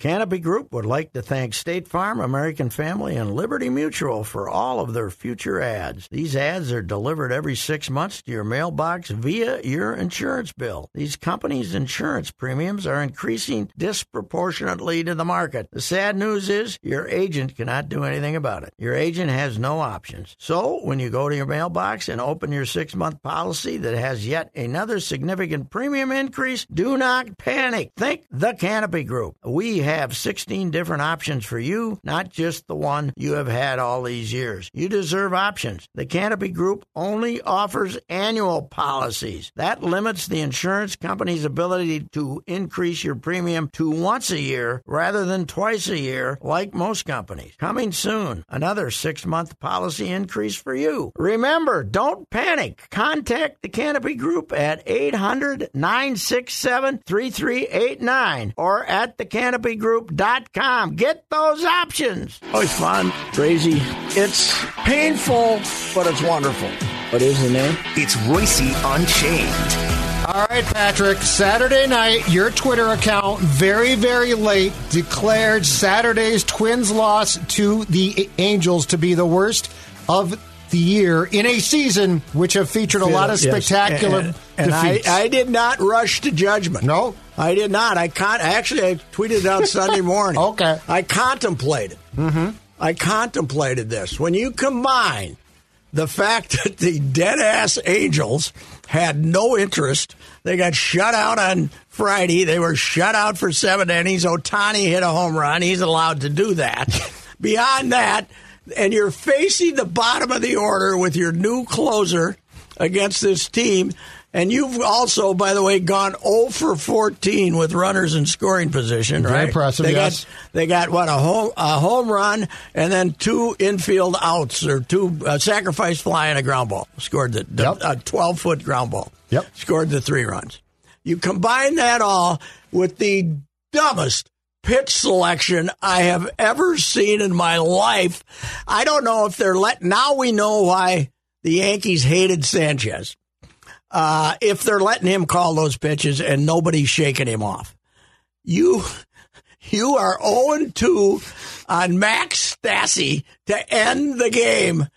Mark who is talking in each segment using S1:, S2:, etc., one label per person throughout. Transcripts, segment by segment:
S1: Canopy Group would like to thank State Farm, American Family, and Liberty Mutual for all of their future ads. These ads are delivered every six months to your mailbox via your insurance bill. These companies' insurance premiums are increasing disproportionately to the market. The sad news is your agent cannot do anything about it. Your agent has no options. So when you go to your mailbox and open your six month policy that has yet another significant premium increase, do not panic. Think the Canopy Group. We have have 16 different options for you, not just the one you have had all these years. You deserve options. The Canopy Group only offers annual policies. That limits the insurance company's ability to increase your premium to once a year rather than twice a year, like most companies. Coming soon, another six month policy increase for you. Remember, don't panic. Contact the Canopy Group at 800 967 3389 or at the Canopy canopygroup.com. Get those options.
S2: Oh, it's fun, crazy. It's painful, but it's wonderful. What is the name?
S3: It's Royce Unchained.
S4: All right, Patrick. Saturday night, your Twitter account, very, very late, declared Saturday's Twins loss to the Angels to be the worst of the year in a season which have featured a lot of
S1: Yes.
S4: spectacular
S1: And, and I,
S4: defeats.
S1: I did not rush to judgment.
S4: No?
S1: I did not. I con- actually I tweeted it out Sunday morning.
S4: Okay.
S1: I contemplated. Mm-hmm. I contemplated this. When you combine the fact that the dead ass Angels had no interest, they got shut out on Friday. They were shut out for seven innings. Otani hit a home run. He's allowed to do that. Beyond that, and you're facing the bottom of the order with your new closer against this team. And you've also, by the way, gone 0 for 14 with runners in scoring position,
S4: Very
S1: right?
S4: impressive,
S1: They
S4: yes.
S1: got they got what a home a home run and then two infield outs or two uh, sacrifice fly and a ground ball. Scored the, the
S4: Yep.
S1: a twelve foot ground ball.
S4: Yep.
S1: Scored the three runs. You combine that all with the dumbest pitch selection I have ever seen in my life. I don't know if they're let. Now we know why the Yankees hated Sanchez. Uh, if they're letting him call those pitches and nobody's shaking him off, you you are 0 2 on Max Stassi to end the game,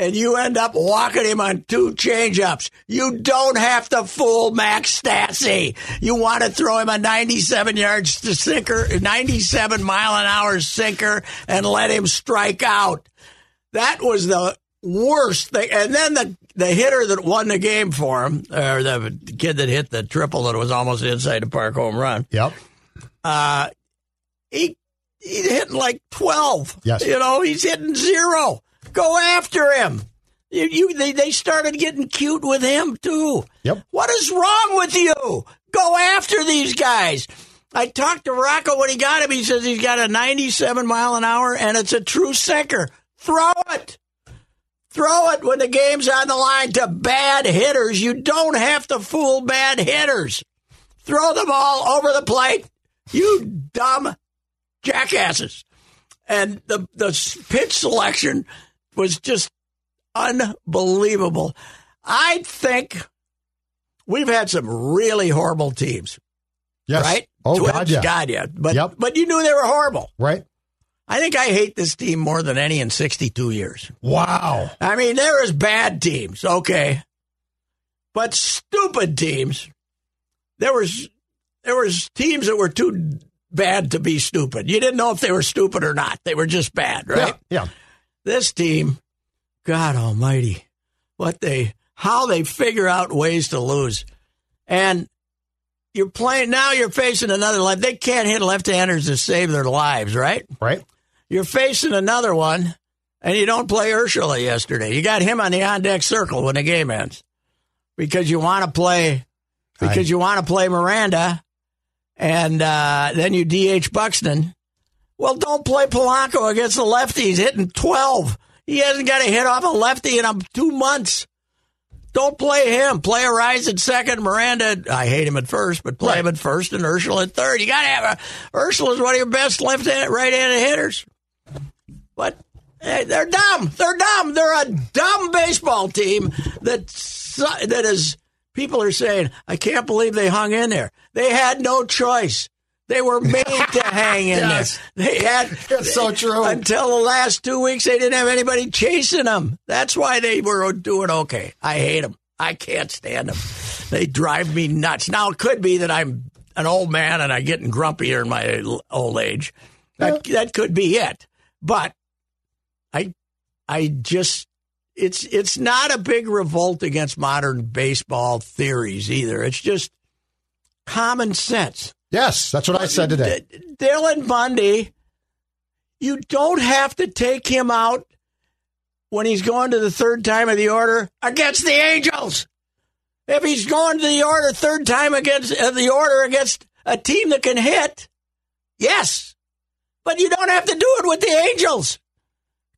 S1: and you end up walking him on two changeups. You don't have to fool Max Stassi. You want to throw him a 97 yard s- sinker, 97 mile an hour sinker, and let him strike out. That was the worst thing. And then the the hitter that won the game for him, or the kid that hit the triple that was almost inside the park home run
S4: yep.
S1: he he's hitting like twelve.
S4: Yes.
S1: you know he's hitting zero. Go after him. You, you they, they started getting cute with him too.
S4: Yep.
S1: What is wrong with you? Go after these guys. I talked to Rocco when he got him. He says he's got a 97 mile an hour and it's a true sinker. Throw it. Throw it when the game's on the line to bad hitters. You don't have to fool bad hitters. Throw them all over the plate. You dumb jackasses. And the the pitch selection was just unbelievable. I think we've had some really horrible teams,
S4: Yes.
S1: right?
S4: Oh,
S1: Twins,
S4: God, yeah.
S1: God, yeah. But
S4: Yep.
S1: but you knew they were horrible.
S4: Right?
S1: I think I hate this team more than any in 62 years.
S4: Wow.
S1: I mean, there is bad teams, okay, but stupid teams. There was there was teams that were too bad to be stupid. You didn't know if they were stupid or not. They were just bad, right?
S4: Yeah. yeah.
S1: This team, God Almighty, what they how they figure out ways to lose. And you're playing now you're facing another life. They can't hit left-handers to save their lives, right?
S4: right?
S1: You're facing another one and you don't play Ursula yesterday. You got him on the on-deck circle when the game ends. Because you want to play because you want to play Miranda and uh, then you DH Buxton. Well, don't play Polanco against the lefty. He's hitting 12. He hasn't got a hit off a lefty in um, two months. Don't play him. Play a rise at second. Miranda, I hate him at first, but play him at first and Ursula at third. You got to have a. Ursula's one of your best left handed, right handed hitters. But eh, they're dumb. They're dumb. They're a dumb baseball team that, su- that is. People are saying, I can't believe they hung in there. They had no choice. They were made to hang in
S4: Yes.
S1: there. They had
S4: That's so true.
S1: until the last two weeks, they didn't have anybody chasing them. That's why they were doing okay. I hate them. I can't stand them. They drive me nuts. Now it could be that I'm an old man and I'm getting grumpier in my l- old age. That that could be it. But I I just it's it's not a big revolt against modern baseball theories either. It's just common sense.
S4: Yes, that's what I said today.
S1: D- Dylan Bundy, you don't have to take him out when he's going to the third time of the order against the Angels. If he's going to the order third time against uh, the order against a team that can hit, yes, but you don't have to do it with the Angels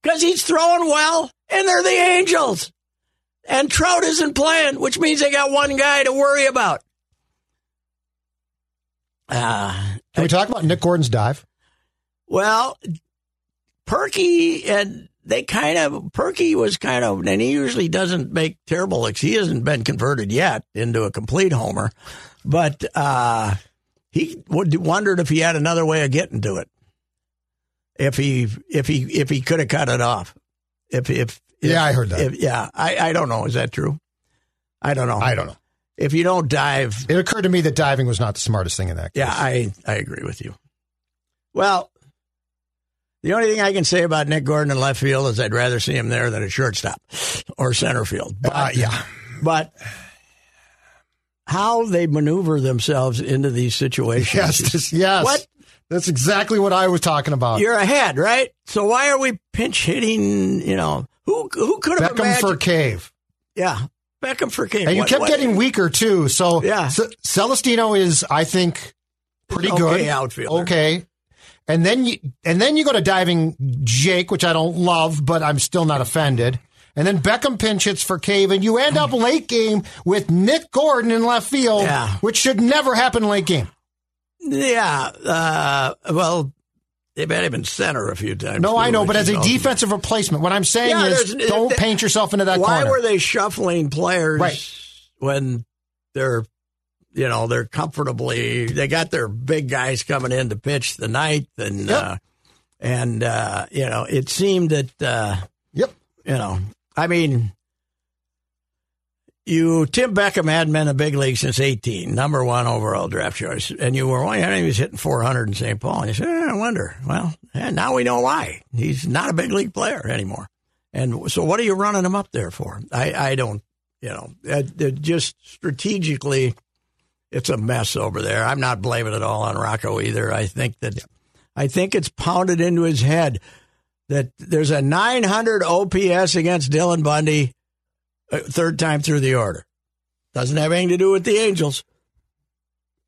S1: because he's throwing well and they're the Angels. And Trout isn't playing, which means they got one guy to worry about. Uh,
S4: Can we talk about Nick Gordon's dive?
S1: well, Perky and they kind of Perky was kind of, and he usually doesn't make terrible. Like he hasn't been converted yet into a complete homer, but uh, he would, wondered if he had another way of getting to it. If he if he if he could have cut it off, if if, if
S4: Yeah, I heard that.
S1: if- yeah, I I don't know. Is that true? I don't know.
S4: I don't know.
S1: If you don't dive,
S4: It occurred to me that diving was not the smartest thing in that. Case.
S1: yeah, I, I agree with you. Well, the only thing I can say about Nick Gordon in left field is I'd rather see him there than a shortstop or center field. But,
S4: Uh, yeah.
S1: but how they maneuver themselves into these situations.
S4: Yes. this- yes.
S1: What?
S4: That's exactly what I was talking about.
S1: You're ahead, right? So why are we pinch hitting? You know, who who could have
S4: Beckham
S1: imagined?
S4: for Cave.
S1: yeah, Beckham for King.
S4: And you
S1: What-
S4: kept
S1: what-
S4: getting weaker too. So
S1: Yeah.
S4: Ce- Celestino is, I think, pretty
S1: Okay
S4: good
S1: outfielder.
S4: Okay, and then you and then you go to diving Jake, which I don't love, but I'm still not offended. And then Beckham pinch hits for Cave, and you end up late game with Nick Gordon in left field,
S1: Mm. Yeah.
S4: which should never happen late game.
S1: Yeah, uh, well, they've had him in center a few times.
S4: No,
S1: too,
S4: I know,
S1: which
S4: but as
S1: is
S4: a
S1: also-
S4: defensive replacement, what I'm saying
S1: Yeah,
S4: is
S1: there's-
S4: don't
S1: they-
S4: paint yourself into that
S1: why
S4: corner.
S1: were they shuffling players
S4: Right.
S1: when they're you know they're comfortably they got their big guys coming in to pitch the ninth and
S4: Yep.
S1: uh, and uh, you know it seemed that uh,
S4: yep.
S1: you know I mean you Tim Beckham had been in the big league since 18 number one overall draft choice and you were wondering he was hitting 400 in St. Paul and you said eh, I wonder well yeah, now we know why he's not a big league player anymore and so, what are you running them up there for? I, I don't, you know, uh, they're just strategically, it's a mess over there. I'm not blaming it all on Rocco either. I think that, I think it's pounded into his head that there's a 900 OPS against Dylan Bundy, uh, third time through the order. Doesn't have anything to do with the Angels.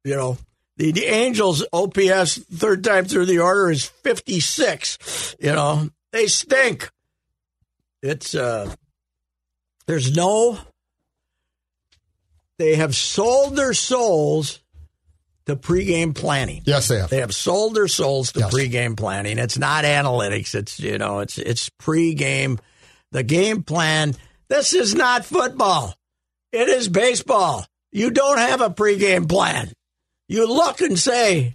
S1: You know, the, the Angels OPS third time through the order is 56. You know, they stink it's uh there's no they have sold their souls to pregame planning
S4: Yes, they have.
S1: they have sold their souls to
S4: Yes.
S1: pregame planning it's not analytics it's you know it's it's pregame the game plan this is not football it is baseball you don't have a pregame plan you look and say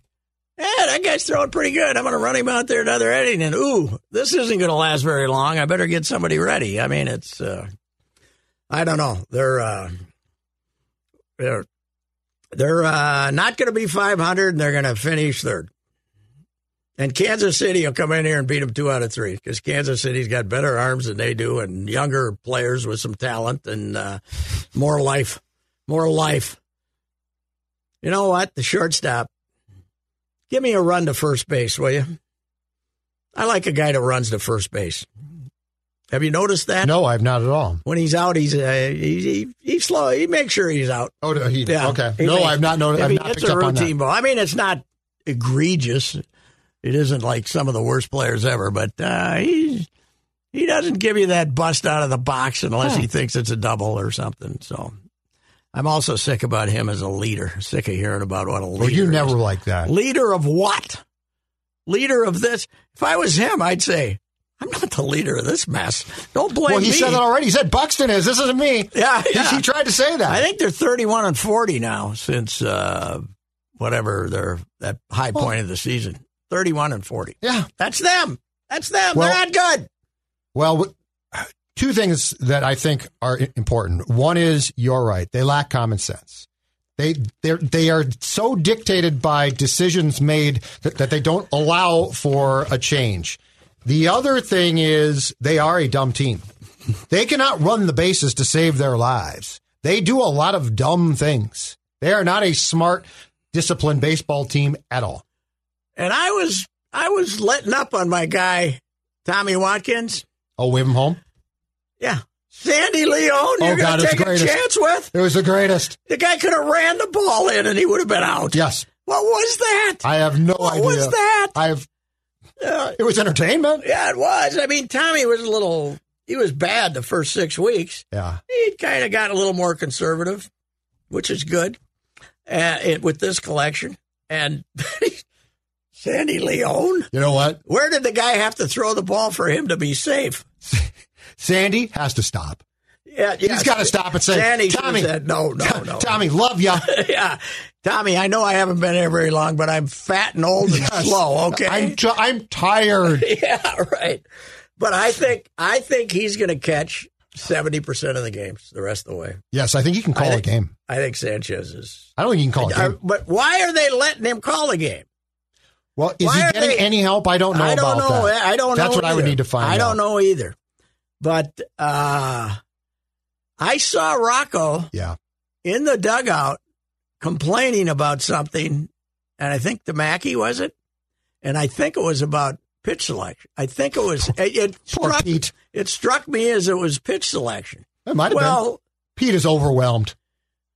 S1: yeah, that guy's throwing pretty good. I'm going to run him out there another inning, and ooh, this isn't going to last very long. I better get somebody ready. I mean, it's uh, I don't know. They're uh, they're they're uh, not going to be 500, and they're going to finish third. And Kansas City will come in here and beat them two out of three because Kansas City's got better arms than they do and younger players with some talent and uh, more life. More life. You know what? The shortstop. Give me a run to first base, will you? I like a guy that runs to first base. Have you noticed that?
S4: No, I've not at all.
S1: When he's out, he's uh, he, he he's slow. He makes sure he's out.
S4: Oh, no, he,
S1: Yeah.
S4: okay.
S1: He
S4: no,
S1: makes-
S4: I've not noticed.
S1: If
S4: I've
S1: he
S4: not
S1: hits
S4: picked
S1: a
S4: up on
S1: routine
S4: that.
S1: ball. I mean, it's not egregious. It isn't like some of the worst players ever, but uh, he he doesn't give you that bust out of the box unless he thinks it's a double or something. So I'm also sick about him as a leader. Sick of hearing about what a leader.
S4: Well, you never
S1: is.
S4: like that.
S1: Leader of what? Leader of this? If I was him, I'd say I'm not the leader of this mess. Don't blame
S4: Well, he
S1: me.
S4: said that already. He said Buxton is. This isn't me.
S1: Yeah,
S4: He-
S1: yeah.
S4: He tried to say that.
S1: I think they're 31 and 40 now since uh, whatever their that high point of the season. 31 and 40.
S4: yeah.
S1: That's them. That's them.
S4: Well-
S1: they're not good.
S4: Well, w- two things that I think are i- important. One is you're right; they lack common sense. They they they are so dictated by decisions made that, that they don't allow for a change. The other thing is they are a dumb team. They cannot run the bases to save their lives. They do a lot of dumb things. They are not a smart, disciplined baseball team at all.
S1: And I was I was letting up on my guy Tommy Watkins.
S4: Oh, wave them home.
S1: Yeah. Sandy Leone,
S4: Oh,
S1: you're
S4: God,
S1: going to
S4: it's
S1: take a
S4: greatest.
S1: chance with?
S4: It was the greatest.
S1: The guy could have ran the ball in and he would have been out.
S4: Yes.
S1: What was that?
S4: I have no
S1: What
S4: idea.
S1: was that?
S4: I have.
S1: Uh,
S4: It was entertainment.
S1: yeah, it was. I mean, Tommy was a little he was bad the first 6 weeks.
S4: Yeah.
S1: he kind of got a little more conservative, which is good uh, it, with this collection. And Sandy Leone,
S4: You know what?
S1: where did the guy have to throw the ball for him to be safe?
S4: Sandy has to stop.
S1: Yeah,
S4: He's got to stop and say,
S1: Sandy should've
S4: Tommy,
S1: said, no, no, no.
S4: Tommy, love ya.
S1: yeah, Tommy, I know I haven't been here very long, but I'm fat and old and
S4: Yes.
S1: slow. Okay,
S4: I'm, t- I'm tired.
S1: yeah, right. But I think I think he's going to catch seventy percent of the games the rest of the way.
S4: Yes, I think you can call
S1: I
S4: a
S1: think-
S4: game.
S1: I think Sanchez is.
S4: I don't think you can call a
S1: I-
S4: game.
S1: Uh, but why are they letting him call a game?
S4: Well, is he
S1: why are
S4: getting
S1: they-
S4: any help? I don't know
S1: I don't
S4: about
S1: know.
S4: that.
S1: I don't know.
S4: That's what I would
S1: either.
S4: need to find
S1: I
S4: out.
S1: don't know either. But uh, I saw Rocco
S4: Yeah.
S1: in the dugout complaining about something, and I think the Mackey was it, and I think it was about pitch selection. I think it was. It, it
S4: Poor
S1: struck
S4: Pete.
S1: it struck me as it was pitch selection.
S4: It might have been.
S1: well,
S4: Pete is overwhelmed.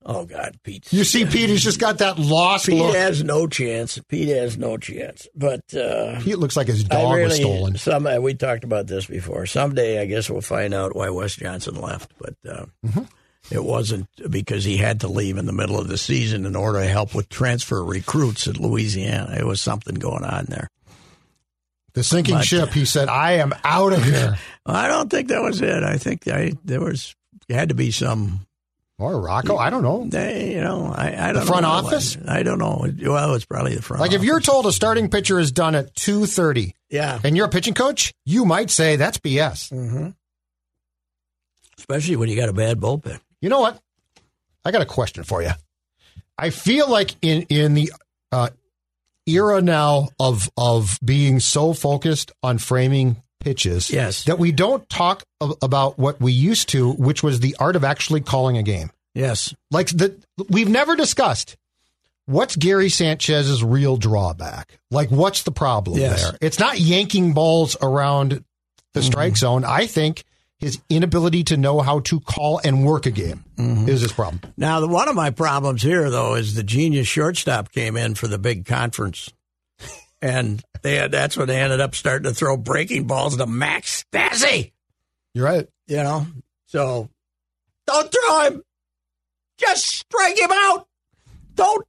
S1: oh God, Pete.
S4: You see, Pete, he's just got that lost
S1: Pete
S4: look.
S1: has no chance. Pete has no chance. But. Uh,
S4: Pete looks like his dog was stolen.
S1: Some uh, we talked about this before. Someday, I guess we'll find out why Wes Johnson left, but uh,
S4: Mm-hmm.
S1: it wasn't because he had to leave in the middle of the season in order to help with transfer recruits at Louisiana. It was something going on there.
S4: The sinking
S1: But-
S4: ship, he said, I am out of here.
S1: I don't think that was it. I think I, there was had to be some.
S4: or Rocco, I don't know.
S1: They, you know, I, I don't
S4: The front
S1: know what it
S4: office?
S1: was. I don't know. Well, it's probably the front.
S4: Like if
S1: office.
S4: you're told a starting pitcher is done at 2.30
S1: yeah,
S4: and you're a pitching coach, you might say that's BS.
S1: especially when you got a bad bullpen.
S4: You know what? I got a question for you. I feel like in in the uh, era now of of being so focused on framing pitches,
S1: Yes.
S4: that we don't talk a- about what we used to, which was the art of actually calling a game.
S1: Yes,
S4: Like that, we've never discussed. What's Gary Sanchez's real drawback? Like, what's the problem
S1: Yes.
S4: there? It's not yanking balls around the strike zone. I think his inability to know how to call and work a game is his problem.
S1: Now, the, one of my problems here, though, is the genius shortstop came in for the big conference, and they had, that's when they ended up starting to throw breaking balls to Max Stassi.
S4: You're right.
S1: You know, so don't throw him. Just strike him out. Don't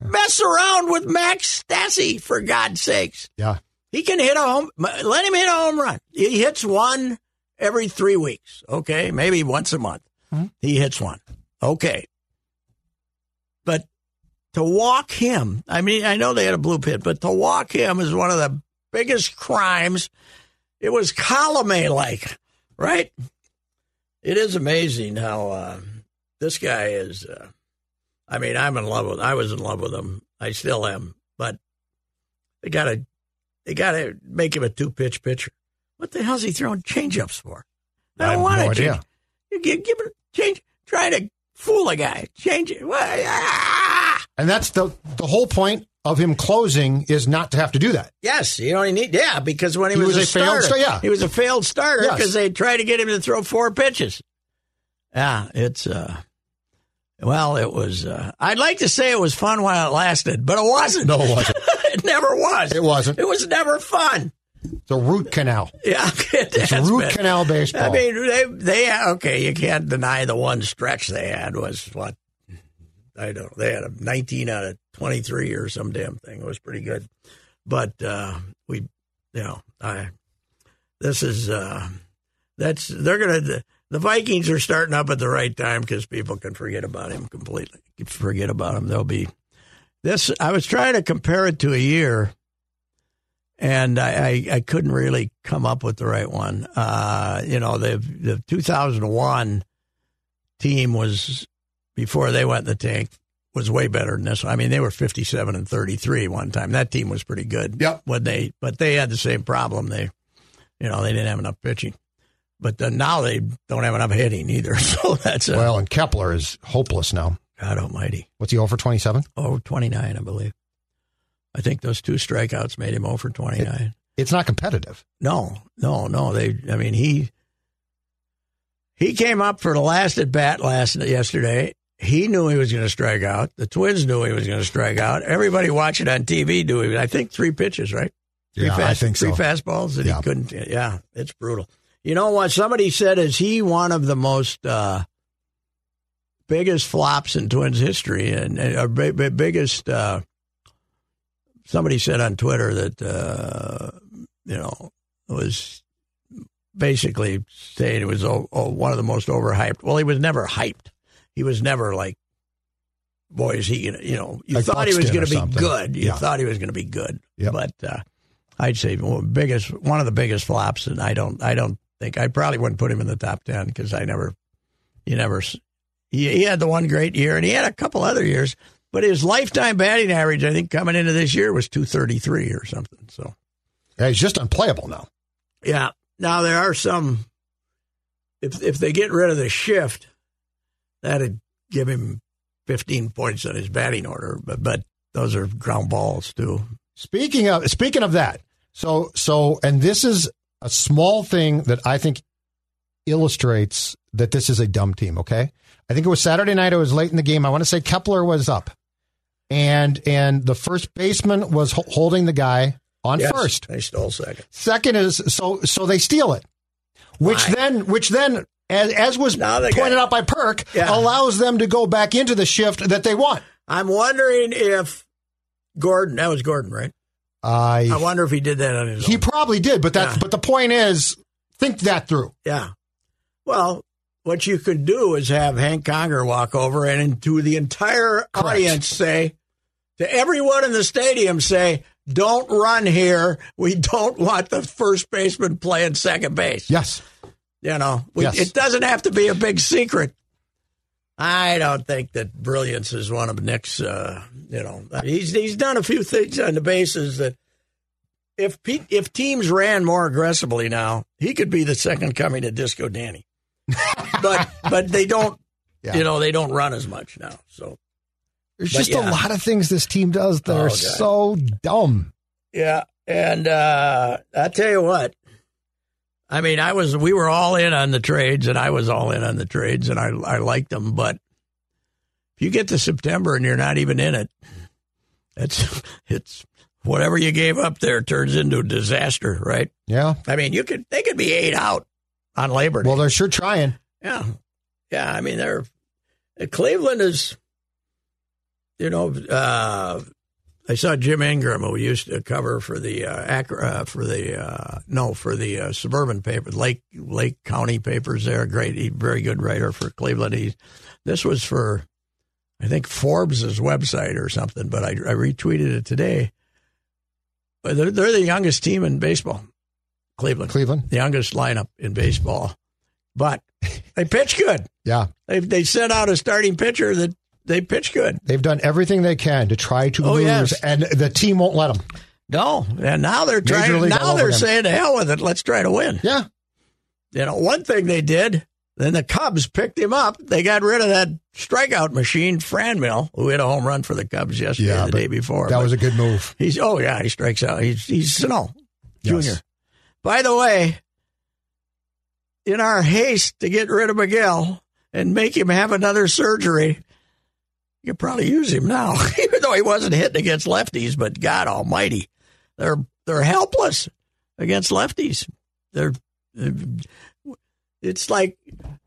S1: mess around with Max Stassi, for God's sakes.
S4: Yeah.
S1: He can hit a home. Let him hit a home run. He hits one every three weeks. Okay, maybe once a month. He hits one. Okay, but to walk him, I mean, I know they had a blue pit, but to walk him is one of the biggest crimes. It was column A like, right? It is amazing how uh, this guy is. Uh, I mean, I'm in love with. I was in love with him. I still am, but they got a They got to make him a two pitch pitcher. What the hell's he throwing changeups for? I
S4: I
S1: don't
S4: have
S1: want
S4: no
S1: to change.
S4: idea.
S1: You give, give it change. Try to fool a guy. Change it. What? Ah!
S4: And that's the the whole point of him closing is not to have to do that.
S1: Yes, you know he need. Yeah, because when he,
S4: He
S1: was,
S4: was a
S1: starter,
S4: failed sta- yeah.
S1: he was a failed starter
S4: Yes.
S1: because they tried to get him to throw four pitches. Yeah, it's uh, well, it was. Uh, I'd like to say it was fun while it lasted, but it wasn't.
S4: No, it wasn't.
S1: it never was.
S4: It wasn't.
S1: It was never fun.
S4: It's a root canal.
S1: Yeah,
S4: It's root canal baseball.
S1: I mean, they they okay. You can't deny the one stretch they had was what I don't. They had a 19 out of 23 or some damn thing. It was pretty good, but uh, we, you know, I this is uh, that's they're gonna the, Vikings are starting up at the right time because people can forget about him completely. Forget about him. They'll be this. I was trying to compare it to a year, and I I, I couldn't really come up with the right one. Uh, you know, the the 2001 team was before they went in the tank was way better than this. I mean, they were 57 and 33 one time. That team was pretty good.
S4: Yep.
S1: When they but they had the same problem. They you know, they didn't have enough pitching. But then now they don't have enough hitting either. So that's a,
S4: Well, and Kepler is hopeless now.
S1: God almighty.
S4: What's he over twenty seven?
S1: Oh, 29, I believe. I think those two strikeouts made him oh over 29.
S4: It's not competitive.
S1: No, no, no. They, I mean, he he came up for the last at bat last yesterday. He knew he was going to strike out. The Twins knew he was going to strike out. Everybody watching on TV knew he. was- I think three pitches, right? Three
S4: Yeah, I think so.
S1: Three fastballs that
S4: Yeah.
S1: he couldn't. Yeah, it's brutal. You know what? Somebody said, "Is he one of the most uh, biggest flops in Twins history?" And and- or bi- bi- biggest. Uh, somebody said on Twitter that uh, you know was basically saying it was oh, oh, one of the most overhyped. Well, he was never hyped. He was never like, boy, is he gonna? You know, you
S4: Like
S1: thought he was
S4: Buxton
S1: going
S4: or
S1: to be
S4: something.
S1: good. You
S4: Yeah.
S1: thought he was going to be good.
S4: Yep.
S1: But uh, I'd say one- biggest one of the biggest flops, and I don't I don't think I probably wouldn't put him in the top ten because I never, you never, s- he, he had the one great year and he had a couple other years, but his lifetime batting average I think coming into this year was two thirty three or something. So
S4: Yeah, he's just unplayable now.
S1: yeah. Now there are some. If if they get rid of the shift, that'd give him fifteen points on his batting order. But but those are ground balls too.
S4: Speaking of speaking of that, so so and this is a small thing that I think illustrates that this is a dumb team, okay? I think it was Saturday night, it was late in the game. I want to say Kepler was up. And and the first baseman was ho- holding the guy on
S1: Yes,
S4: first.
S1: they stole second.
S4: Second is so so they steal it. Which
S1: Why?
S4: then which then as, as was
S1: Now they
S4: pointed
S1: got-
S4: out by Perk,
S1: Yeah.
S4: allows them to go back into the shift that they want.
S1: I'm wondering if Gordon. That was Gordon, right? I
S4: I
S1: wonder if he did that on his
S4: he
S1: own.
S4: probably did, but that
S1: Yeah.
S4: but the point is think that through.
S1: Yeah. Well, what you could do is have Hank Conger walk over and to the entire audience say, to everyone in the stadium say, don't run here. We don't want the first baseman playing second base.
S4: Yes.
S1: You know, we,
S4: Yes.
S1: it doesn't have to be a big secret. I don't think that brilliance is one of Nick's. Uh, you know, he's he's done a few things on the bases that if pe if teams ran more aggressively now, he could be the second coming of Disco Danny. but but they don't.
S4: Yeah.
S1: You know, they don't run as much now. So
S4: There's
S1: But
S4: just
S1: yeah.
S4: a lot of things this team does that
S1: Oh,
S4: are
S1: God.
S4: so dumb.
S1: Yeah, and uh, I tell you what, I mean, I was we were all in on the trades, and I was all in on the trades, and I I liked them, but if you get to September and you're not even in it, it's it's whatever you gave up there turns into a disaster, right?
S4: Yeah.
S1: I mean, you could they could be eight out on Labor Day.
S4: Well, they're sure trying.
S1: Yeah, yeah. I mean, they're Cleveland is, you know. Uh, I saw Jim Ingram, who used to cover for the uh, Acro- uh, for the uh, no for the uh, suburban paper, Lake Lake County papers. There, great, he, very good writer for Cleveland. He, this was for, I think Forbes's website or something, but I, I retweeted it today. But they're, they're the youngest team in baseball, Cleveland
S4: Cleveland.
S1: the youngest lineup in baseball. But they pitch good.
S4: Yeah.
S1: They they sent out a starting pitcher that they pitch good.
S4: They've done everything they can to try to
S1: Oh,
S4: lose,
S1: yes.
S4: and the team won't let them.
S1: No, and now they're
S4: Major
S1: trying.
S4: league all
S1: Now
S4: over
S1: they're
S4: again.
S1: saying, "To hell with it. Let's try to win."
S4: Yeah.
S1: You know, one thing they did. Then the Cubs picked him up. They got rid of that strikeout machine, Franmil, who hit a home run for the Cubs yesterday,
S4: Yeah,
S1: the
S4: but
S1: day before.
S4: That
S1: But-
S4: was a good move.
S1: He's oh yeah, he strikes out. He's he's Sano
S4: Yes.
S1: Junior. By the way, in our haste to get rid of Miguel and make him have another surgery, you could probably use him now, even though he wasn't hitting against lefties. But God Almighty, they're they're helpless against lefties. They're it's like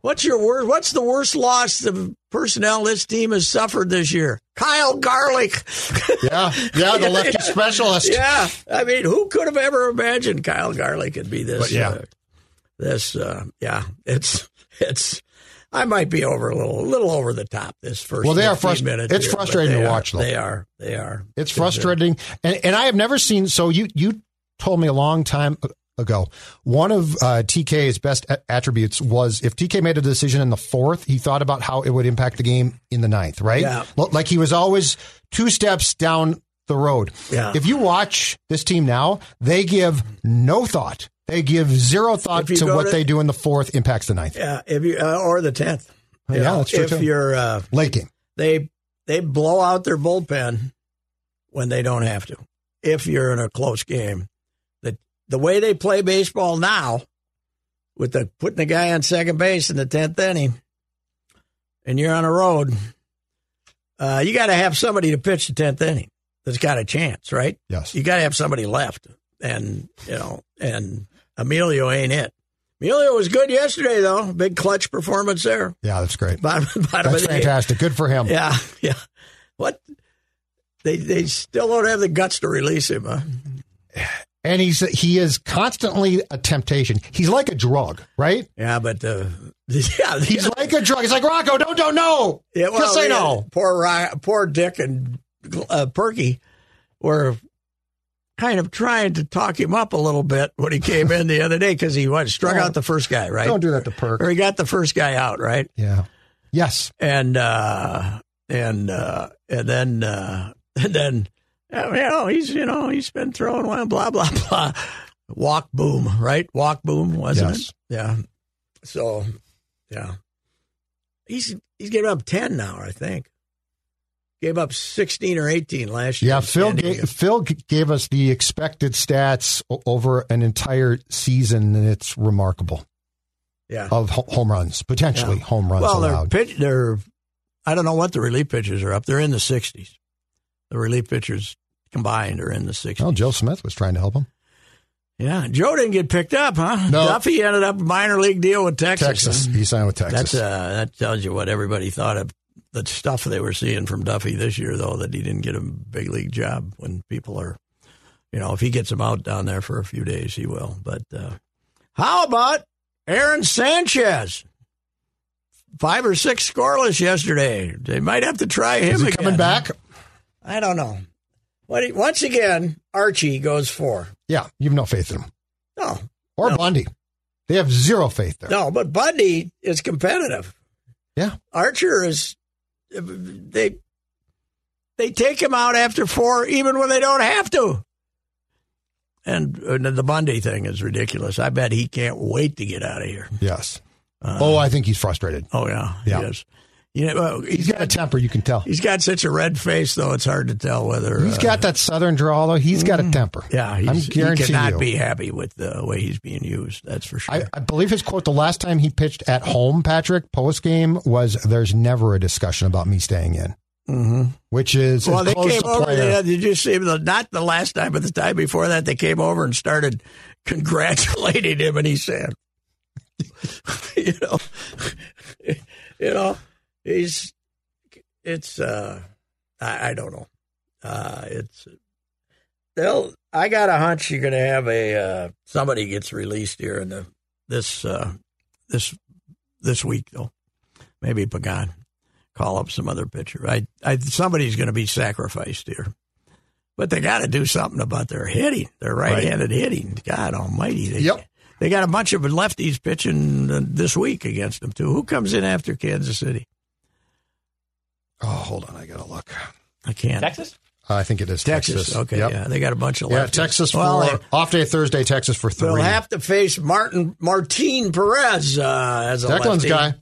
S1: what's your worst? What's the worst loss the personnel this team has suffered this year? Kyle Garlick.
S4: Yeah. Yeah. The lefty specialist.
S1: Yeah, I mean, who could have ever imagined Kyle Garlick could be this?
S4: But yeah.
S1: uh, this uh, yeah, it's it's. I might be over a little, a little over the top this first.
S4: Well, they are
S1: 15
S4: frust-
S1: minutes
S4: it's
S1: here, but
S4: frustrating
S1: they
S4: to
S1: are-
S4: watch, though.
S1: They are, they are.
S4: It's frustrating, and, and I have never seen. So you you told me a long time ago one of uh, TK's best a- attributes was if TK made a decision in the fourth, he thought about how it would impact the game in the ninth, right?
S1: Yeah.
S4: Lo- Like he was always two steps down the road.
S1: Yeah.
S4: If you watch this team now, they give no thought. They give zero thought
S1: If you
S4: to
S1: go
S4: what
S1: to-
S4: they do in the fourth impacts the ninth.
S1: Yeah, if you uh, or the tenth.
S4: Yeah, that's true,
S1: If
S4: too.
S1: you're, uh,
S4: Late game.
S1: they they blow out their bullpen when they don't have to. If you're in a close game, the the way they play baseball now, with the putting the guy on second base in the tenth inning, and you're on a road, uh, you got to have somebody to pitch the tenth inning that's got a chance, right?
S4: Yes.
S1: You got to have somebody left, and you know, and Emilio ain't it. Emilio was good yesterday though, big clutch performance there.
S4: Yeah, that's great.
S1: Bottom, bottom
S4: That's
S1: of the eighth.
S4: fantastic. Good for him.
S1: Yeah, yeah. What? They they still don't have the guts to release him. Huh?
S4: and he's he is constantly a temptation. He's like a drug, right?
S1: Yeah, but uh, yeah,
S4: He's like a drug. He's like Rocco. Don't don't know.
S1: yeah, well,
S4: yes, I
S1: yeah,
S4: know.
S1: Poor Ry- poor Dick and uh, Perky were kind of trying to talk him up a little bit when he came in the other day because he what struck out the first guy, right?
S4: Oh. Don't do that to Perk.
S1: Or he got the first guy out, right?
S4: Yeah. Yes.
S1: and uh, and uh, and then uh, and then uh, you know he's you know he's been throwing one blah blah blah walk boom right walk boom wasn't
S4: Yes.
S1: it yeah so yeah he's he's giving up ten now I think gave up sixteen or eighteen last year
S4: Yeah. Phil
S1: Standing-
S4: ga- Phil g- gave us the expected stats o- over an entire season, and it's remarkable
S1: yeah
S4: of ho- home runs potentially
S1: Yeah.
S4: home runs
S1: well they're
S4: Oh, allowed.
S1: pitch they're I don't know what the relief pitchers are up they're in the sixties the relief pitchers combined are in the sixties
S4: Well, Joe Smith was trying to help him.
S1: Yeah, Joe didn't get picked up, huh?
S4: No.
S1: Duffy ended up minor league deal with Texas.
S4: Texas. He signed with Texas.
S1: That's uh, that tells you what everybody thought of the stuff they were seeing from Duffy this year, though, that he didn't get a big league job. When people are, you know, if he gets them out down there for a few days, he will. But uh, how about Aaron Sanchez? Five or six scoreless yesterday. They might have to try him
S4: is he
S1: again.
S4: coming back?
S1: I don't know. What, once again, Archie goes four.
S4: Yeah. You have no faith in him
S1: No,
S4: or
S1: No.
S4: Bundy. They have zero faith there.
S1: No, but Bundy is competitive.
S4: Yeah.
S1: Archer is they they take him out after four, even when they don't have to. And, and the Bundy thing is ridiculous. I bet he can't wait to get out of here.
S4: Yes. oh, I think he's frustrated.
S1: Oh yeah,
S4: Yeah.
S1: yes. You know, well,
S4: He's got a temper. You can tell.
S1: he's got such a red face though; it's hard to tell whether
S4: He's
S1: uh,
S4: got that southern drawl, though. He's got a temper.
S1: Mm. Yeah, he's,
S4: I'm
S1: he
S4: guaranteeing
S1: cannot
S4: you.
S1: be happy with the way he's being used. That's for sure.
S4: I, I believe his quote the last time he pitched at home, Patrick, post game was "There's never a discussion about me staying in,"
S1: mm-hmm.
S4: which is
S1: Well,
S4: as
S1: they
S4: close
S1: came
S4: to
S1: over.
S4: player.
S1: They, did you see the, not the last time, but the time before that? They came over and started congratulating him, and he said, "You know, you know, he's it's uh, I, I don't know, uh, it's they'll. I got a hunch you're going to have a uh, somebody gets released here in the this uh, this this week though, maybe Pagan call up some other pitcher. I, I somebody's going to be sacrificed here, but they got to do something about their hitting, their right-handed hitting. God Almighty! They,
S4: Yep.
S1: They got a bunch of lefties pitching uh, this week against them too. Who comes in after Kansas City?
S4: Oh, hold on, I gotta look.
S1: I can't.
S5: Texas?
S4: Uh, I think it is Texas.
S1: Okay,
S4: Yep.
S1: yeah, they got a bunch of
S4: Yeah,
S1: lefties.
S4: Texas for
S1: Well, they-
S4: off day Thursday. Texas for
S1: They'll
S4: three.
S1: have to face Martin Martin Perez uh, as a
S4: Declan's
S1: lefty.
S4: guy.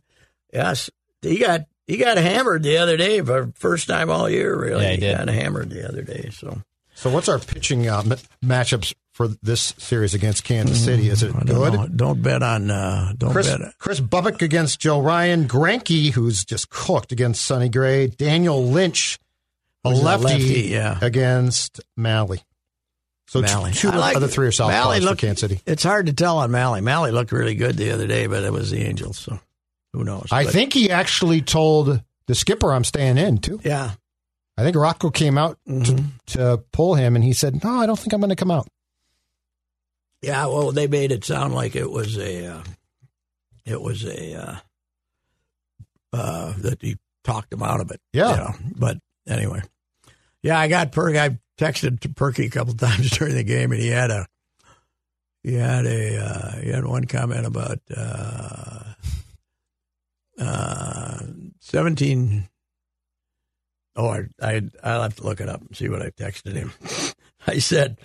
S1: Yes, he got he got hammered the other day for the first time all year. Really,
S6: Yeah, he did.
S1: got hammered the other day. So
S4: So what's our pitching uh, m- matchups for this series against Kansas City? Is it
S1: Mm, I don't
S4: good?
S1: know. Don't bet on. Uh, don't
S4: Chris,
S1: bet.
S4: Chris Bubbick against Joe Ryan, Granke, who's just cooked against Sonny Gray, Daniel Lynch, a
S1: Who's a
S4: lefty,
S1: lefty, yeah.
S4: against Malley. So t-
S1: Malley.
S4: two
S1: I like-
S4: of the three are
S1: Malley
S4: southpaws for
S1: looked-
S4: Kansas City.
S1: It's hard to tell on Mally. Mally looked really good the other day, but it was the Angels. So who knows?
S4: I
S1: But,
S4: think he actually told the skipper, "I'm staying in too."
S1: Yeah.
S4: I think Rocco came out
S1: Mhm.
S4: to, to pull him, and he said, "No, I don't think I'm going to come out."
S1: Yeah, well, they made it sound like it was a, uh, it was a, uh, uh, that he talked him out of it.
S4: Yeah.
S1: know. But anyway, yeah, I got Perky. I texted to Perky a couple times during the game, and he had a, he had a, uh, he had one comment about uh, uh, seventeen. Oh, I, I, I'll have to look it up and see what I texted him. I said,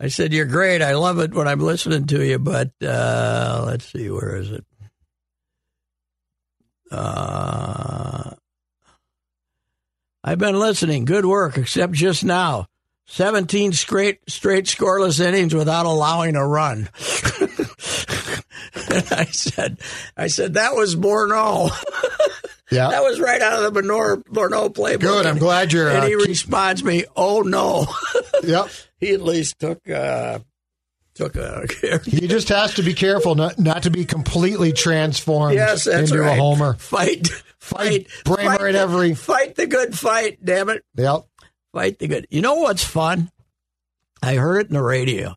S1: I said, "You're great. I love it when I'm listening to you." But uh, let's see, where is it? Uh, I've been listening. Good work, except just now. Seventeen straight straight scoreless innings without allowing a run. and I said, I said that was Borno.
S4: Yeah,
S1: that was right out of the Borno Borno playbook.
S4: good. I'm glad you're.
S1: And
S4: Uh,
S1: he
S4: keep-
S1: responds me, "Oh no."
S4: yep.
S1: he at least took uh took a
S4: You just have to be careful not, not to be completely transformed
S1: yes that's
S4: into
S1: right.
S4: a homer.
S1: fight fight
S4: Bramer
S1: fight
S4: at
S1: the-
S4: every-
S1: fight the good fight damn it
S4: Yep.
S1: fight the good you know what's fun i heard it in the radio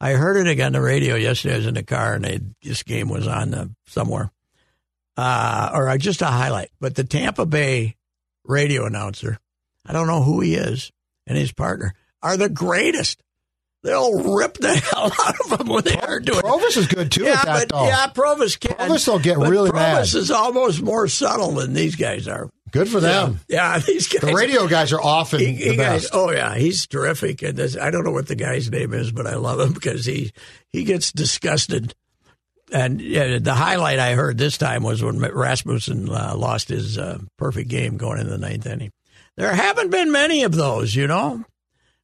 S1: i heard it again on the radio yesterday i was in the car and they, this game was on the, somewhere uh or uh, just a highlight but the tampa bay radio announcer i don't know who he is and his partner are the greatest They'll rip the hell out of them when they are doing it.
S4: Provis is good too
S1: Yeah,
S4: at
S1: but
S4: that though.
S1: yeah, Provis can.
S4: Provis will get
S1: but
S4: really
S1: Provis
S4: mad.
S1: is almost more subtle than these guys are.
S4: Good for them.
S1: Yeah, these guys.
S4: The radio guys are often
S1: he- he
S4: the
S1: guys-
S4: best.
S1: oh yeah, he's terrific. And this, I don't know what the guy's name is, but I love him because he he gets disgusted. And yeah, the highlight I heard this time was when Rasmussen uh, lost his uh, perfect game going into the ninth inning. There haven't been many of those, you know.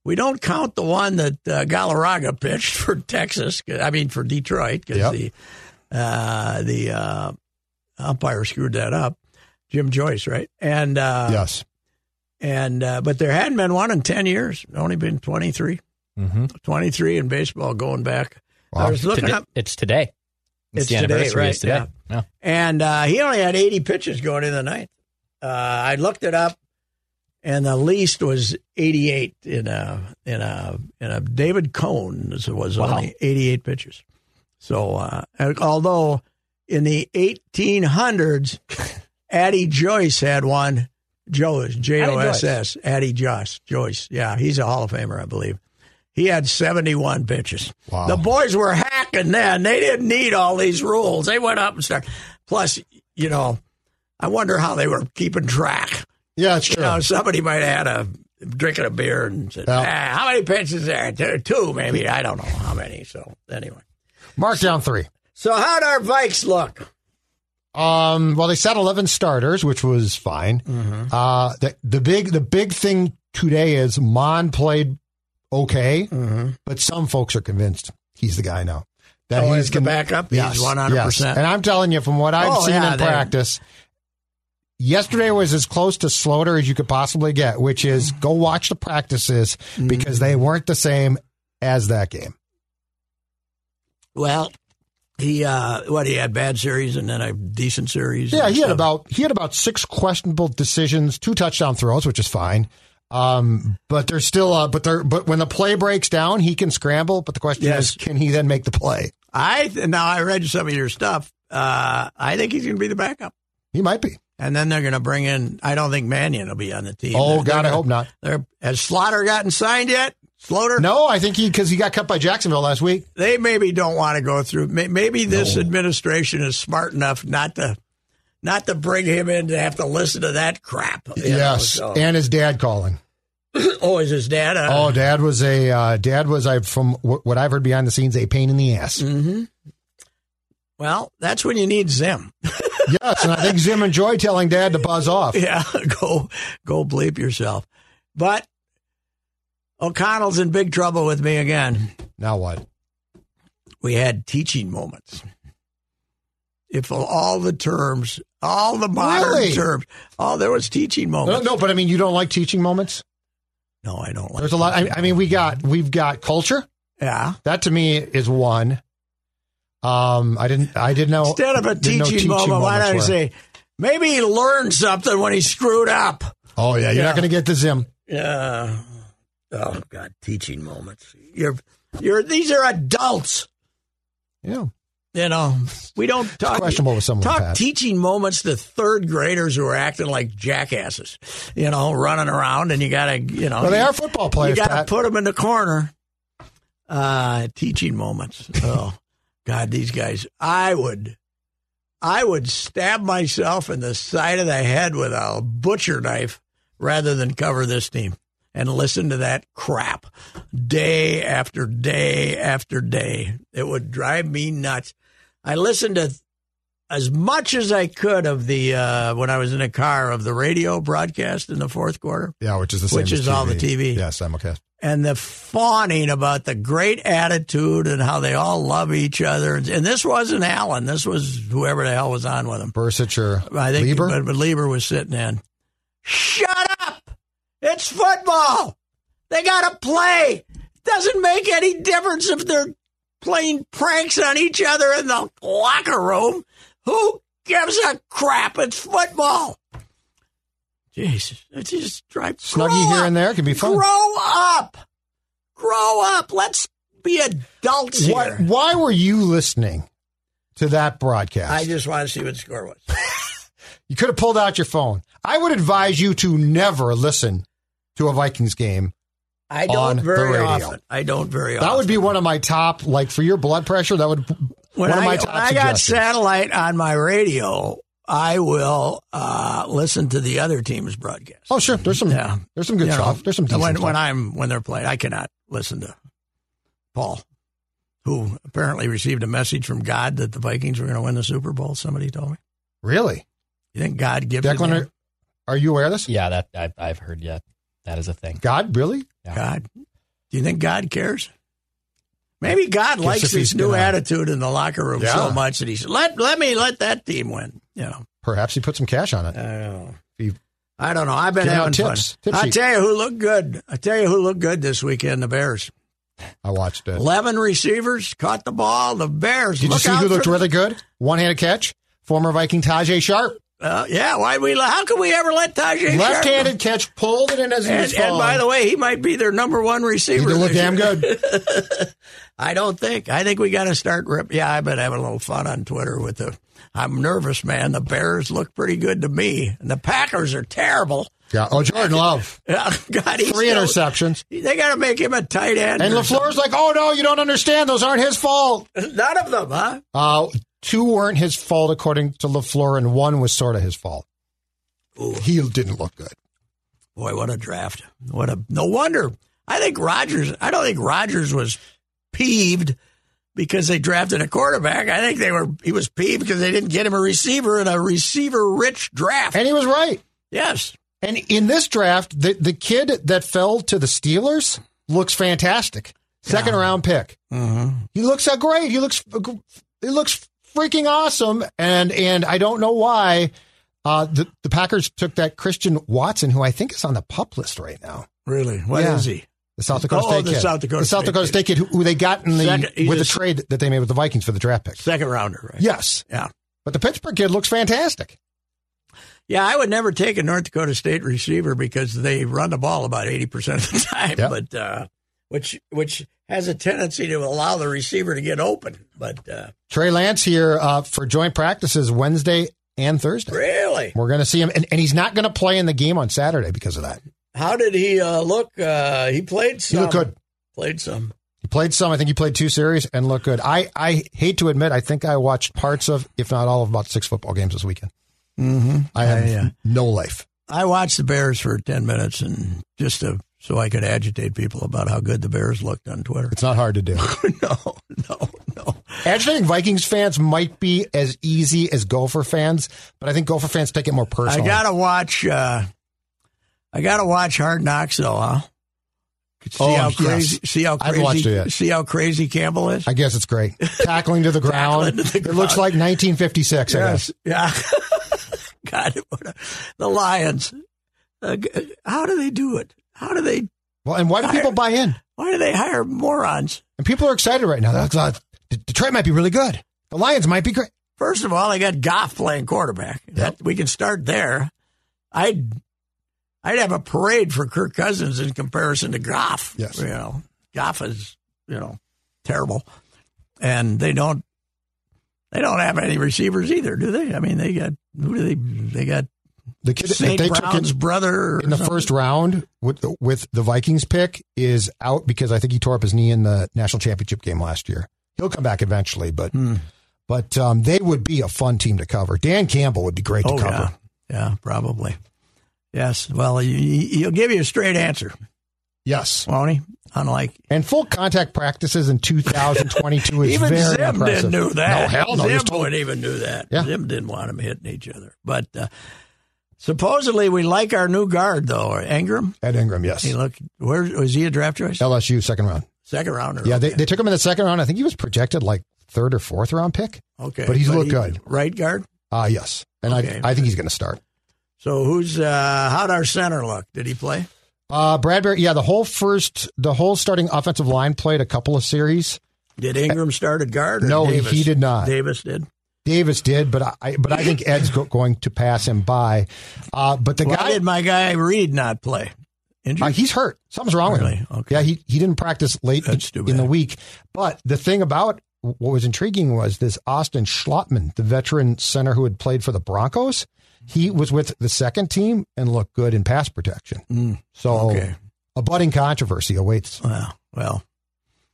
S1: We don't count the one that uh, Galarraga pitched for Texas. 'cause- I mean, for Detroit, because
S4: Yep.
S1: the uh, the uh, umpire screwed that up. Jim Joyce, right? And uh,
S4: yes.
S1: and uh, but there hadn't been one in ten years. Only been 23.
S5: Mhm.
S1: 23 in baseball going back. I was looking
S5: Today-
S1: up,
S5: It's today. It's,
S1: It's
S5: the
S1: today,
S5: anniversary.
S1: right,
S5: It's today.
S1: yeah.
S5: Yeah.
S1: and uh, he only had 80 pitches going in the ninth. Uh, I looked it up, and the least was 88 in a in a in a David Cohn was- was
S5: Wow.
S1: only 88 pitches. So uh, and although in the 1800s, Addie Joyce had one. Joyce, J O S S, Addie Joss, Joyce. Yeah, he's a Hall of Famer, I believe. He had 71 pitches.
S4: Wow.
S1: The boys were hacking then. They didn't need all these rules. They went up and started. Plus, you know, I wonder how they were keeping track.
S4: Yeah, it's
S1: You
S4: true.
S1: know, somebody might have had a drinking a beer and said,
S4: Yeah.
S1: ah, "How many pitches there? Two, two, maybe. I don't know how many." So anyway,
S4: Mark down three.
S1: so how'd our Vikes look?
S4: Um, well, they sat eleven starters, which was fine.
S1: Mm-hmm.
S4: Uh, the, the big the big thing today is Mon played okay,
S1: Mm-hmm.
S4: but some folks are convinced he's the guy now. That
S1: Oh, as the
S4: con-
S1: backup? He's 100%.
S4: And I'm telling you, from what I've
S1: Oh,
S4: seen
S1: yeah,
S4: in
S1: they-
S4: practice, yesterday was as close to Slaughter as you could possibly get, which is go watch the practices
S1: Mm-hmm.
S4: because they weren't the same as that game.
S1: Well, he uh, what he had bad series and then a decent series.
S4: Yeah,
S1: and
S4: he had
S1: so-
S4: about he had about six questionable decisions, two touchdown throws, which is fine. Um, but there's still uh, but there but when the play breaks down, he can scramble. But the question
S1: Yes.
S4: is, can he then make the play?
S1: I now I read some of your stuff. Uh, I think he's going to be the backup.
S4: He might be.
S1: And then they're going to bring in. I don't think Mannion will be on the team.
S4: oh
S1: They're-
S4: God, I
S1: they're-
S4: hope not.
S1: They're, has Slaughter gotten signed yet? Slaughter?
S4: No, I think he because he got cut by Jacksonville last week.
S1: They maybe don't want to go through. may- Maybe this administration is smart enough not to not to bring him in to have to listen to that um, crap. you know,
S4: yes,
S1: so.
S4: and his dad calling.
S1: oh, is his dad? on?
S4: Oh, dad was a uh, dad was I from wh- what I've heard behind the scenes a pain in the ass.
S1: Mm. Well, that's when you need Zim.
S4: Yes, and I think Zim enjoyed telling dad to buzz off.
S1: yeah, go go bleep yourself. But O'Connell's in big trouble with me again.
S4: Now what?
S1: We had teaching moments. If all the terms, all the modern
S4: Really?
S1: terms, oh, there was teaching
S4: No,
S1: moments.
S4: no, but I mean, you don't like teaching moments.
S1: No, I don't like.
S4: There's a lot. I, I mean, we got we've got culture.
S1: Yeah.
S4: That to me is one. Um, I didn't. I didn't know.
S1: Instead of a
S4: didn't know
S1: teaching, moment, why don't I
S4: moments were.
S1: say maybe he learned something when he screwed up?
S4: Oh yeah, you're
S1: Yeah.
S4: not going to get the Zim.
S1: Yeah. Oh God, teaching moments. You're, you're. These are adults. Oh,
S4: Yeah,
S1: You know, we don't talk
S4: questionable with someone
S1: Talk
S4: like that.
S1: teaching moments to third graders who are acting like jackasses. You know, running around, and you gotta, you know,
S4: well, they are football
S1: you
S4: players.
S1: gotta
S4: Pat.
S1: put them in the corner. Uh, teaching moments. Oh, God, these guys. I would, I would stab myself in the side of the head with a butcher knife rather than cover this team and listen to that crap day after day after day. It would drive me nuts. I listened to as much as I could of the uh, when I was in a car of the radio broadcast in the fourth quarter
S4: yeah, which is the same.
S1: which
S4: as
S1: is all the TV.
S4: Yeah, simulcast.
S1: and the fawning about the great attitude and how they all love each other. And this wasn't Allen. This was whoever the hell was on with him.
S4: Bursich or
S1: I think
S4: Lieber.
S1: But, but Lieber was sitting in. Shut up! It's football. They got to play. Doesn't make any difference if they're playing pranks on each other in the locker room. Who gives a crap? It's football. Jesus, it just drives
S4: Snuggie here and there can be fun.
S1: Grow up. Grow up. Let's be adults here.
S4: Why, why were you listening to that broadcast?
S1: I just want to see what the score was.
S4: you could have pulled out your phone. I would advise you to never listen to a Vikings game.
S1: I
S4: On
S1: don't
S4: the
S1: very
S4: radio.
S1: often. I don't very often.
S4: That would be one of my top, like for your blood pressure. That would
S1: when
S4: one of
S1: I,
S4: my
S1: when
S4: top
S1: I got
S4: suggestions.
S1: satellite on my radio, I will uh, listen to the other team's broadcast.
S4: Oh sure, there's some
S1: Yeah.
S4: there's some good
S1: You know,
S4: stuff. There's some decent
S1: when,
S4: stuff.
S1: when I'm when they're playing, I cannot listen to Paul, who apparently received a message from God that the Vikings were going to win the Super Bowl. Somebody told me.
S4: really,
S1: You think God gives
S4: Declan,
S1: a
S4: are, are you aware of this?
S5: Yeah, that I've, I've heard yet. That is a thing.
S4: God, really?
S5: Yeah.
S1: God? Do you think God cares? Maybe God likes
S4: if he's
S1: his new
S4: gonna-
S1: attitude in the locker room so
S4: Yeah.
S1: much that he said, "Let let me let that team win." You know.
S4: Perhaps he put some cash on it.
S1: I don't know.
S4: He-
S1: I don't know. I've been
S4: Give out
S1: having
S4: tips.
S1: fun.
S4: Tip
S1: I
S4: sheet.
S1: tell you who looked good. I tell you who looked good this weekend. The Bears.
S4: I watched it.
S1: Eleven receivers caught the ball. The Bears.
S4: Did you
S1: Look
S4: see
S1: out
S4: who looked
S1: for-
S4: really good? One-handed catch. Former Viking Tajay Sharp,
S1: Uh, yeah. Why we? How could we ever let Tajay?
S4: left-handed catch, pulled it in as he
S1: And,
S4: was
S1: and
S4: falling.
S1: by the way, he might be their number one
S4: he
S1: receiver.
S4: did look
S1: this
S4: damn
S1: year.
S4: good.
S1: I don't think. I think we got to start. Rip. Yeah, I've been having a little fun on Twitter with the. I'm nervous, man. The Bears look pretty good to me, and the Packers are terrible.
S4: Yeah. Oh, Jordan Love,
S1: God, he's
S4: three
S1: still-
S4: interceptions,
S1: They got to make him a tight end.
S4: and
S1: or something.
S4: Lafleur's like, "Oh no, you don't understand. Those aren't his fault."
S1: None of them, huh?
S4: Uh, two weren't his fault, according to Lafleur, and one was sort of his fault. He didn't look good.
S1: Boy, what a draft! What a no wonder. I think Rogers. I don't think Rogers was peeved because they drafted a quarterback. I think they were. He was peeved because they didn't get him a receiver in a receiver-rich draft.
S4: And he was right.
S1: yes,
S4: And in this draft, the, the kid that fell to the Steelers looks fantastic. Second round pick.
S1: Mm-hmm.
S4: He looks uh, great. He looks he looks freaking awesome. And and I don't know why uh, the the Packers took that Christian Watson, who I think is on the pup list right now.
S1: really. What is
S4: Yeah.
S1: he?
S4: The South Dakota
S1: Oh,
S4: State
S1: the
S4: kid.
S1: South Dakota
S4: the South
S1: State
S4: Dakota
S1: kid.
S4: State kid, who, who they got in the
S1: Second- he's
S4: with
S1: a-
S4: the trade that they made with the Vikings for the draft pick.
S1: Second rounder, right?
S4: Yes,
S1: yeah,
S4: but the Pittsburgh kid looks fantastic.
S1: yeah. I would never take a North Dakota State receiver because they run the ball about eighty percent of the time,
S4: Yeah.
S1: but uh, which which has a tendency to allow the receiver to get open. But uh,
S4: Trey Lance here uh, for joint practices Wednesday and Thursday.
S1: really,
S4: We're going to see him, and, and he's not going to play in the game on Saturday because of that.
S1: How did he uh, look? Uh, he played
S4: He
S1: some.
S4: looked good.
S1: Played some.
S4: He played some. I think he played two series and looked good. I, I hate to admit, I think I watched parts of, if not all of, about six football games this weekend. Mm-hmm. I have
S1: I, uh,
S4: no life.
S1: I watched the Bears for 10 minutes and just to so I could agitate people about how good the Bears looked on Twitter.
S4: It's not hard to do.
S1: no, no, no.
S4: Actually, I think Vikings fans might be as easy as Gopher fans, but I think Gopher fans take it more
S1: I
S4: personally.
S1: gotta watch. Uh, I gotta watch Hard Knocks though. Huh? See
S4: Oh,
S1: how
S4: yes.
S1: crazy. See how
S4: I've
S1: crazy.
S4: watched it yet.
S1: See how crazy Campbell is.
S4: I guess it's great. Tackling to the ground.
S1: Tackling to the
S4: It looks
S1: ground.
S4: like 1956, I guess.
S1: Yeah. God, what a- the Lions. Uh, g- how do they do it? How do they?
S4: Well, and why do people buy in?
S1: Why do they hire morons?
S4: And people are excited right now. That's uh, D- Detroit might be really good. The Lions might be great.
S1: First of all, they got Goff playing quarterback. That, we can start there. I'd I'd have a parade for Kirk Cousins in comparison to Goff.
S4: Yes.
S1: you know Goff is you know terrible, and they don't they don't have any receivers either, do they? I mean, they got who do they they got
S4: The kid that
S1: St.
S4: they took in,
S1: Brown's brother or
S4: in the
S1: something.
S4: first round with the, with the Vikings pick is out because I think he tore up his knee in the national championship game last year. He'll come back eventually, but
S1: Hmm.
S4: but um, they would be a fun team to cover. Dan Campbell would be great
S1: Oh
S4: to cover.
S1: yeah, yeah, probably. Yes. Well, you, you- he'll give you a straight answer,
S4: Yes,
S1: won't he? Unlike
S4: and full contact practices in 2022 is
S1: even
S4: very
S1: Zim
S4: impressive.
S1: didn't know that.
S4: No, hell no. He
S1: Zim
S4: was told-
S1: wouldn't even do that.
S4: Yeah.
S1: Zim didn't want them hitting each other. But uh, supposedly we like our new guard though, or Ingram.
S4: Ed Ingram,
S1: He
S4: yes,
S1: look where was he a draft choice?
S4: LSU second round.
S1: Second rounder.
S4: Yeah, they,
S1: okay.
S4: they took him in the second round. I think he was projected like third or fourth round pick.
S1: okay,
S4: but he's looked
S1: he-
S4: good.
S1: Right guard.
S4: Ah, yes, and
S1: Okay.
S4: I I think he's going to start.
S1: So who's uh, how'd our center look? Did he play?
S4: Uh, Bradbury, yeah, the whole first, the whole starting offensive line played a couple of series.
S1: Did Ingram start at guard? Or
S4: No, he-
S1: Davis?
S4: he did not.
S1: Davis did.
S4: Davis did, but I, but I think Ed's go, going to pass him by. Uh, but the
S1: Why
S4: guy,
S1: did my guy Reed not play? Injured?
S4: uh, he's hurt. Something's wrong with
S1: Really?
S4: him.
S1: Okay.
S4: Yeah, he he didn't practice late
S1: That's too
S4: in the
S1: bad.
S4: week. But the thing about what was intriguing was this Austin Schlottman, the veteran center who had played for the Broncos. He was with the second team and looked good in pass protection. so
S1: Mm. okay.
S4: a budding controversy awaits.
S1: Well, well,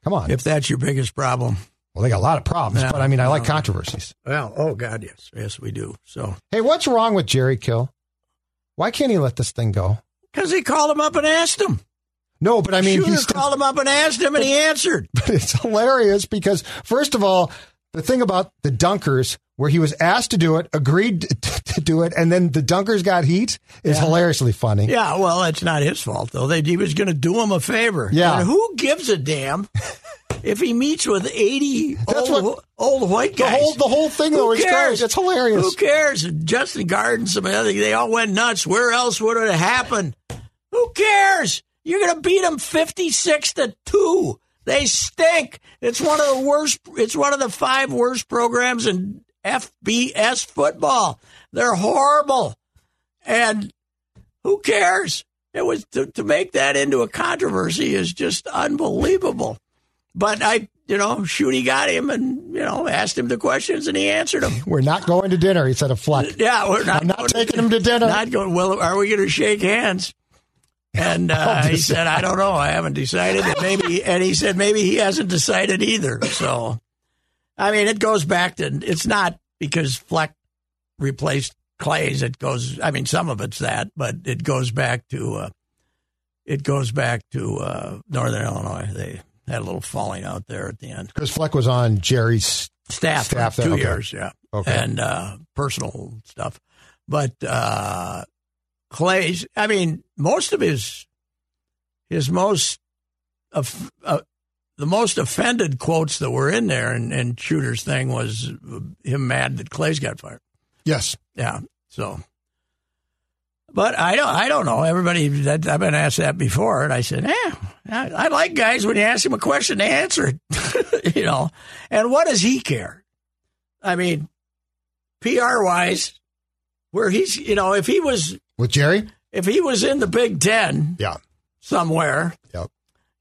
S4: Come on.
S1: if that's your biggest problem,
S4: well, they got a lot of problems,
S1: Yeah.
S4: but I mean, I like
S1: Yeah.
S4: controversies.
S1: well, oh God, yes, yes, we do. So
S4: Hey, what's wrong with Jerry Kill? Why can't he let this thing go?
S1: because he called him up and asked him,
S4: No, but I mean,
S1: Shooter
S4: he's
S1: called him up and asked him, and he answered.
S4: it's hilarious because first of all, the thing about the dunkers where he was asked to do it, agreed to, to do it, and then the dunkers got heat is hilariously funny.
S1: Yeah, well, it's not his fault though. They, he was going to do him a favor.
S4: Yeah.
S1: and who gives a damn if he meets with eighty
S4: That's
S1: old,
S4: what-
S1: old white
S4: The
S1: guys?
S4: whole the whole thing though
S1: Who
S4: is great.
S1: cares?
S4: It's hilarious.
S1: Who cares? Justin Garden, some other, they all went nuts. Where else would it happen? Who cares? You're going to beat them 56 to 2. They stink. It's one of the worst, it's one of the five worst programs in FBS football. They're horrible. And who cares? It was to, to make that into a controversy is just unbelievable. But I, you know, Shooty got him and, you know, asked him the questions and he answered them.
S4: We're not going to dinner, he said a fleck.
S1: Yeah, we're not.
S4: I'm not
S1: going
S4: taking him to dinner.
S1: Not going. Well, are we going to shake hands? And uh, he said, "I don't know. I haven't decided." And maybe, and he said, "Maybe he hasn't decided either." So, I mean, it goes back to it's not because Fleck replaced Clay's. It goes. I mean, some of it's that, but it goes back to uh, it goes back to uh, Northern Illinois. They had a little falling out there at the end
S4: Because Fleck was on Jerry's
S1: staff, for
S4: Staff there,
S1: two
S4: okay.
S1: years, yeah,
S4: Okay.
S1: and uh, personal stuff. But uh, Clay's, I mean, most of his his most of uh, the most offended quotes that were in there, and, and Shooter's thing was uh, him mad that Clay's got fired.
S4: Yes.
S1: Yeah. So, but I don't. I don't know. Everybody, that, I've been asked that before, and I said, "Yeah, I, I like guys when you ask them a question, they answer it." you know. And what does he care? I mean, PR wise, where he's, you know, if he was,
S4: With Jerry?
S1: if he was in the Big Ten
S4: Yeah.
S1: somewhere,
S4: Yep.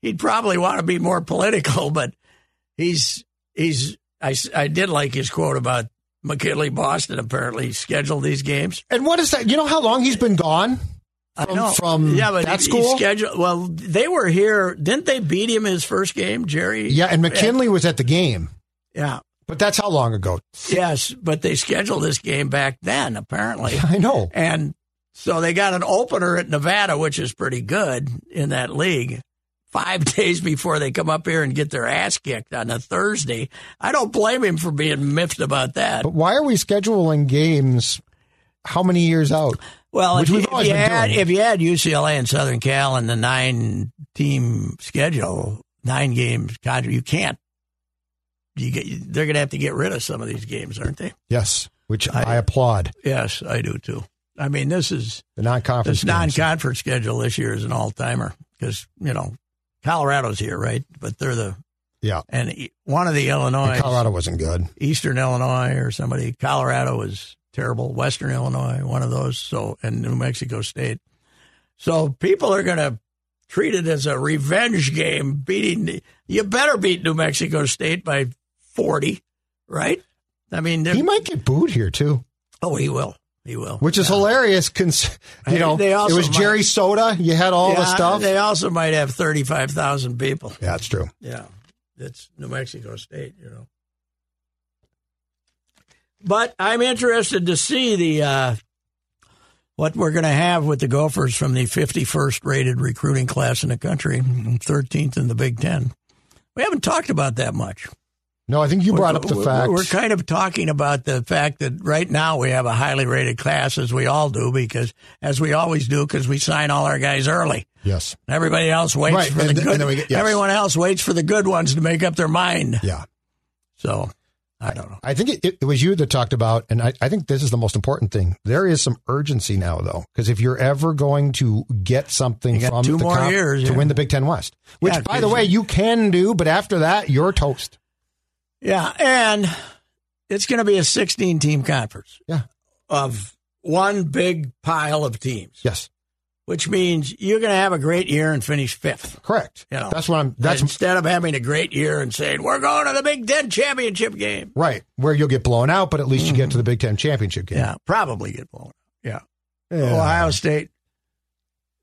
S1: he'd probably want to be more political. But he's he's. I, s- I did like his quote about McKinley Boston apparently scheduled these games.
S4: And what is that? You know how long he's been gone?
S1: I
S4: from-
S1: know.
S4: from
S1: yeah, but
S4: that
S1: he- he
S4: school?
S1: scheduled- well, they were here. Didn't they beat him his first game, Jerry?
S4: Yeah, and McKinley was at the game.
S1: Yeah.
S4: But that's how long ago?
S1: Yes, but they scheduled this game back then, apparently.
S4: I know.
S1: And So they got an opener at Nevada, which is pretty good in that league. Five days before they come up here and get their ass kicked on a Thursday. I don't blame him for being miffed about that.
S4: But why are we scheduling games how many years out?
S1: Well,
S4: Which
S1: if,
S4: we've
S1: you-
S4: always
S1: if you
S4: been
S1: add,
S4: doing.
S1: if you add UCLA and Southern Cal and the nine team schedule, nine games contract, you can't. You get, they're going to have to get rid of some of these games, aren't they?
S4: Yes, which
S1: I-
S4: I, applaud.
S1: Yes, I do too. I mean, this is
S4: The non-conference.
S1: this non
S4: games.
S1: conference schedule this year is an all timer because you know Colorado's here, right? But they're the
S4: Yeah,
S1: and e- one of the
S4: And
S1: Illinois,
S4: Colorado wasn't good.
S1: Eastern Illinois, or somebody. Colorado was terrible. Western Illinois, one of those. So and New Mexico State. So people are going to treat it as a revenge game. Beating you better beat New Mexico State by forty, right? I mean, they're-
S4: He might get booed here too,
S1: oh, he will. He will.
S4: which is
S1: Yeah.
S4: hilarious. Cons-
S1: Hey,
S4: you know,
S1: they also
S4: it was
S1: might-
S4: Jerry Soda. You had all the
S1: Yeah,
S4: stuff.
S1: They also might have thirty-five thousand people.
S4: yeah, it's true.
S1: Yeah, it's New Mexico State, you know. But I'm interested to see the uh, what we're going to have with the Gophers from the 51st rated recruiting class in the country, 13th in the Big Ten. We haven't talked about that much.
S4: No, I think you brought up the
S1: We're-
S4: fact.
S1: We're kind of talking about the fact that right now we have a highly rated class, as we all do, because as we always do, because we sign all our guys early.
S4: yes.
S1: Everybody else waits
S4: Right,
S1: for
S4: and
S1: the
S4: th-
S1: good.
S4: and then we get- yes.
S1: Everyone else waits for the good ones to make up their mind.
S4: Yeah.
S1: So I don't know.
S4: I think it, it was you that talked about, and I, I think this is the most important thing. There is some urgency now, though, because if you're ever going to get something
S1: You got
S4: from
S1: two
S4: the
S1: more
S4: comp
S1: years,
S4: to
S1: yeah.
S4: win the Big Ten West, which,
S1: Yeah,
S4: by the
S1: 'cause
S4: way, you can do, but after that, you're toast.
S1: Yeah, and it's going to be a 16 team conference.
S4: Yeah.
S1: Of one big pile of teams,
S4: Yes,
S1: which means you're going to have a great year and finish fifth.
S4: correct.
S1: You know,
S4: that's what I'm. That's
S1: instead of having a great year and saying we're going to the Big Ten championship game.
S4: right. Where you'll get blown out, but at least you get to the Big Ten championship game.
S1: Mm. Yeah, probably get blown. out. Yeah.
S4: Yeah.
S1: Ohio State.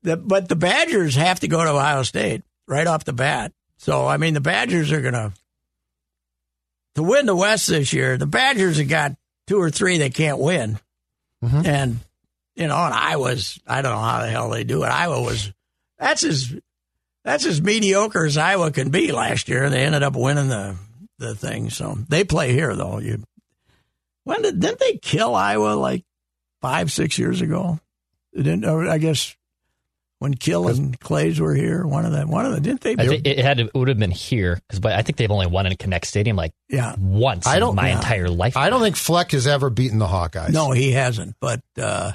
S1: The, but the Badgers have to go to Ohio State right off the bat. So I mean, the Badgers are gonna to win the West this year. The Badgers have got two or three they can't win,
S4: Mhm.
S1: and you know, and Iowa's. I don't know how the hell they do it. Iowa was that's as that's as mediocre as Iowa can be last year. They ended up winning the the thing. So they play here though. You when did didn't they kill Iowa like five six years ago? They Didn't or I guess when Kill and Clays were here? One of them. One of them. Didn't they?
S5: I think it had to, it would have been here because, but I think they've only won in Connect Stadium like
S1: yeah.
S5: once
S4: I don't-
S5: in my
S4: yeah.
S5: entire life.
S4: I don't think Fleck has ever beaten the Hawkeyes.
S1: No, he hasn't. But uh,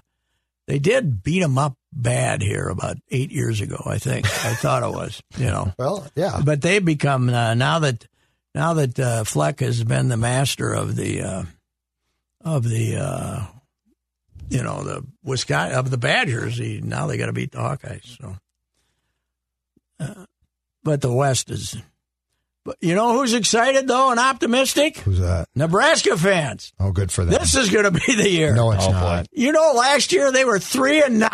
S1: they did beat him up bad here about eight years ago. I think. I thought it was. You know.
S4: Well, yeah.
S1: but they've become uh, now that now that uh, Fleck has been the master of the uh, of the uh, you know the Wisconsin of the Badgers. He, now they got to beat the Hawkeyes. So, uh, but the West is. But you know who's excited though and optimistic?
S4: Who's that?
S1: Nebraska fans.
S4: Oh, good for them.
S1: This is going to be the year.
S4: no, it's
S5: Oh, boy.
S4: not.
S1: You know, last year they were three and nine.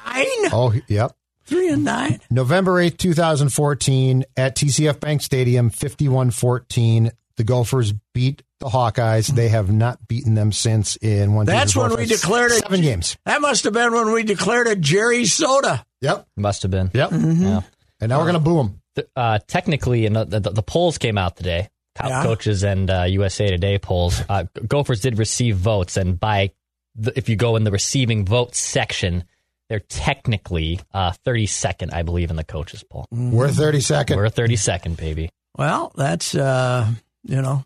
S4: Oh, he- yep.
S1: Three and nine.
S4: November 8th, 2014, at TCF Bank Stadium, 51 14. The Gophers beat the Hawkeyes. They have not beaten them since in one
S1: That's
S4: two, three,
S1: when
S4: four,
S1: we
S4: five,
S1: declared it.
S4: seven games.
S1: That must have been when we declared a Jerry Soda.
S4: Yep.
S5: Must have been.
S4: Yep.
S5: Yeah.
S4: And now we're going to boo them.
S5: Th- Uh, technically, and the, the, the polls came out today. Co-
S1: Yeah.
S5: Coaches and uh, USA Today polls. Uh, G- Gophers did receive votes, and by the, if you go in the receiving votes section, they're technically uh, 32nd, I believe, in the coaches poll.
S1: Mm-hmm.
S4: We're 32nd.
S5: We're 32nd, baby.
S1: Well, that's uh, you know,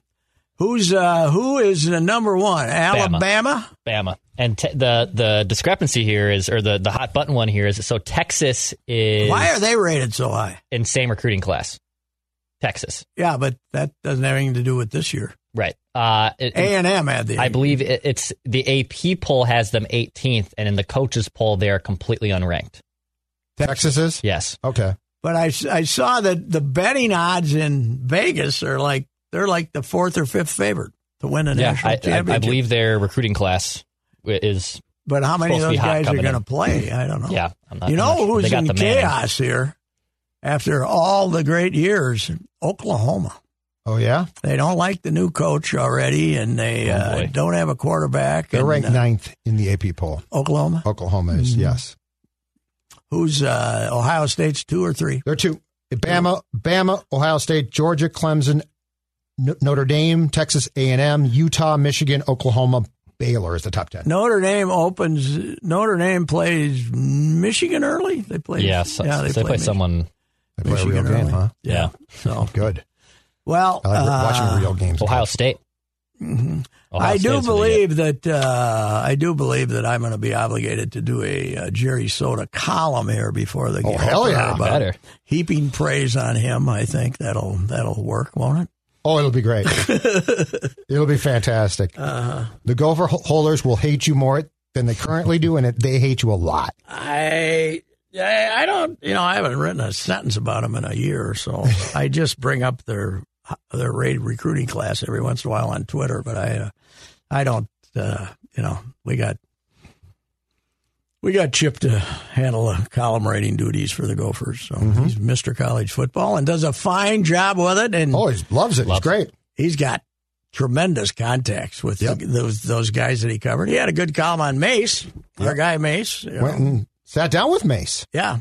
S1: who's uh, who is the number one? Alabama.
S5: Bama. And te- the the discrepancy here is, or the, the hot button one here is, so Texas is
S1: Why are they rated so high?
S5: in same recruiting class. Texas,
S1: Yeah, but that doesn't have anything to do with this year.
S5: right? Uh, it-
S1: A and M had the.
S5: I believe it, it's the AP poll has them 18th, and in the coaches poll they are completely unranked.
S4: Texas is?
S5: Yes,
S4: Okay.
S1: but I, I saw that the betting odds in Vegas are like they're like the fourth or fifth favorite to win a
S5: yeah,
S1: national
S5: I, I,
S1: championship.
S5: I believe their recruiting class wi- is.
S1: But how many of
S5: supposed to
S1: those
S5: be hot
S1: guys are
S5: coming
S1: going to
S5: in.
S1: play? I don't know.
S5: Yeah, I'm not.
S1: you
S5: I'm not
S1: know
S5: sure.
S1: who's
S5: they got
S1: in
S5: the Manning.
S1: chaos here after all the great years? Oklahoma.
S4: Oh, yeah?
S1: They don't like the new coach already, and they
S5: Oh,
S1: uh,
S5: boy.
S1: don't have a quarterback.
S4: They're
S1: and,
S4: ranked
S1: uh, Mm-hmm.
S4: ninth in the AP poll.
S1: Oklahoma.
S4: Oklahoma is, yes.
S1: Who's uh, Ohio State's two or three?
S4: There are two: Bama, Bama, Ohio State, Georgia, Clemson, N- Notre Dame, Texas A and M, Utah, Michigan, Oklahoma, Baylor is the top ten.
S1: Notre Dame opens. Notre Dame plays Michigan early. They play.
S5: yeah, so,
S1: yeah,
S5: so they, play
S1: Mich-
S5: someone.
S4: They play a real
S1: Michigan
S4: game,
S1: early.
S4: huh?
S5: Yeah.
S1: So
S4: Good.
S1: well,
S4: I like
S1: uh,
S4: watching real games.
S5: Ah. Ohio State. Ohio
S1: Mm-hmm. I do
S5: State's what they get.
S1: believe that uh, I do believe that I'm going to be obligated to do a uh, Jerry Soda column here before the
S4: Oh,
S1: game.
S4: hell yeah.
S1: About
S5: Better.
S1: heaping praise on him. I think that'll that'll work, won't it?
S4: Oh, it'll be great. it'll be fantastic.
S5: Uh-huh.
S4: The Gopher ho- holders will hate you more than they currently do, and it, they hate you a lot.
S1: I I I don't you know I haven't written a sentence about them in a year or so. I just bring up their their raid recruiting class every once in a while on Twitter, but I uh, I don't uh, you know we got we got Chip to handle the column writing duties for the Gophers, so
S4: Mm-hmm.
S1: he's Mister College Football and does a fine job with it, and
S4: Oh, he loves it.
S5: Mm. Loves
S4: It's great.
S1: he's got. Tremendous contacts with
S4: Yep.
S1: those those guys that he covered. He had a good column on Mace, our guy Mace. you know.
S4: Went and sat down with Mace.
S1: Yeah.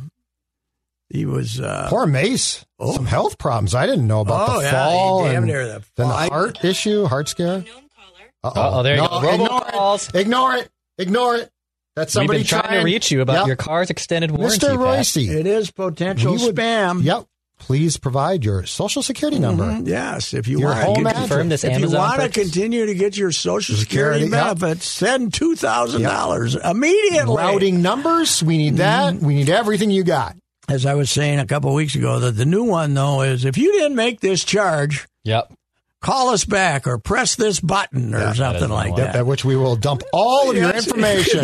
S1: He was. Uh,
S4: Poor Mace.
S1: oh.
S4: Some health problems I didn't know about
S1: oh,
S4: the
S1: yeah.
S4: fall
S1: he damn
S4: and
S1: near the
S4: then the
S1: fall.
S4: heart issue, heart scare.
S5: Uh-oh, there you go.
S4: Ignore
S5: Robocalls.
S4: it. ignore it. Ignore it. That's somebody
S5: We've been trying to reach you about
S4: Yep.
S5: your car's extended warranty.
S4: Mr.
S5: Pat.
S4: Royce.
S1: It is potential
S4: We would-
S1: spam.
S4: Yep. Please provide your social security number.
S1: Mhm. Yes, if you
S4: Your
S1: want
S4: home
S1: to
S4: address.
S5: Confirm this
S1: if you
S5: Amazon
S1: want to
S5: purchase.
S1: continue to get your Social Security,
S4: Security, yeah.
S1: benefits, send two thousand dollars immediately.
S4: Routing numbers. We need that.
S1: Mm-hmm.
S4: We need everything you got.
S1: As I was saying a couple weeks ago, that the new one though is if you didn't make this charge,
S5: Yep.
S1: call us back or press this button or something
S5: the
S1: like
S5: one.
S1: that.
S4: At which we will dump all of your
S1: Yes.
S4: information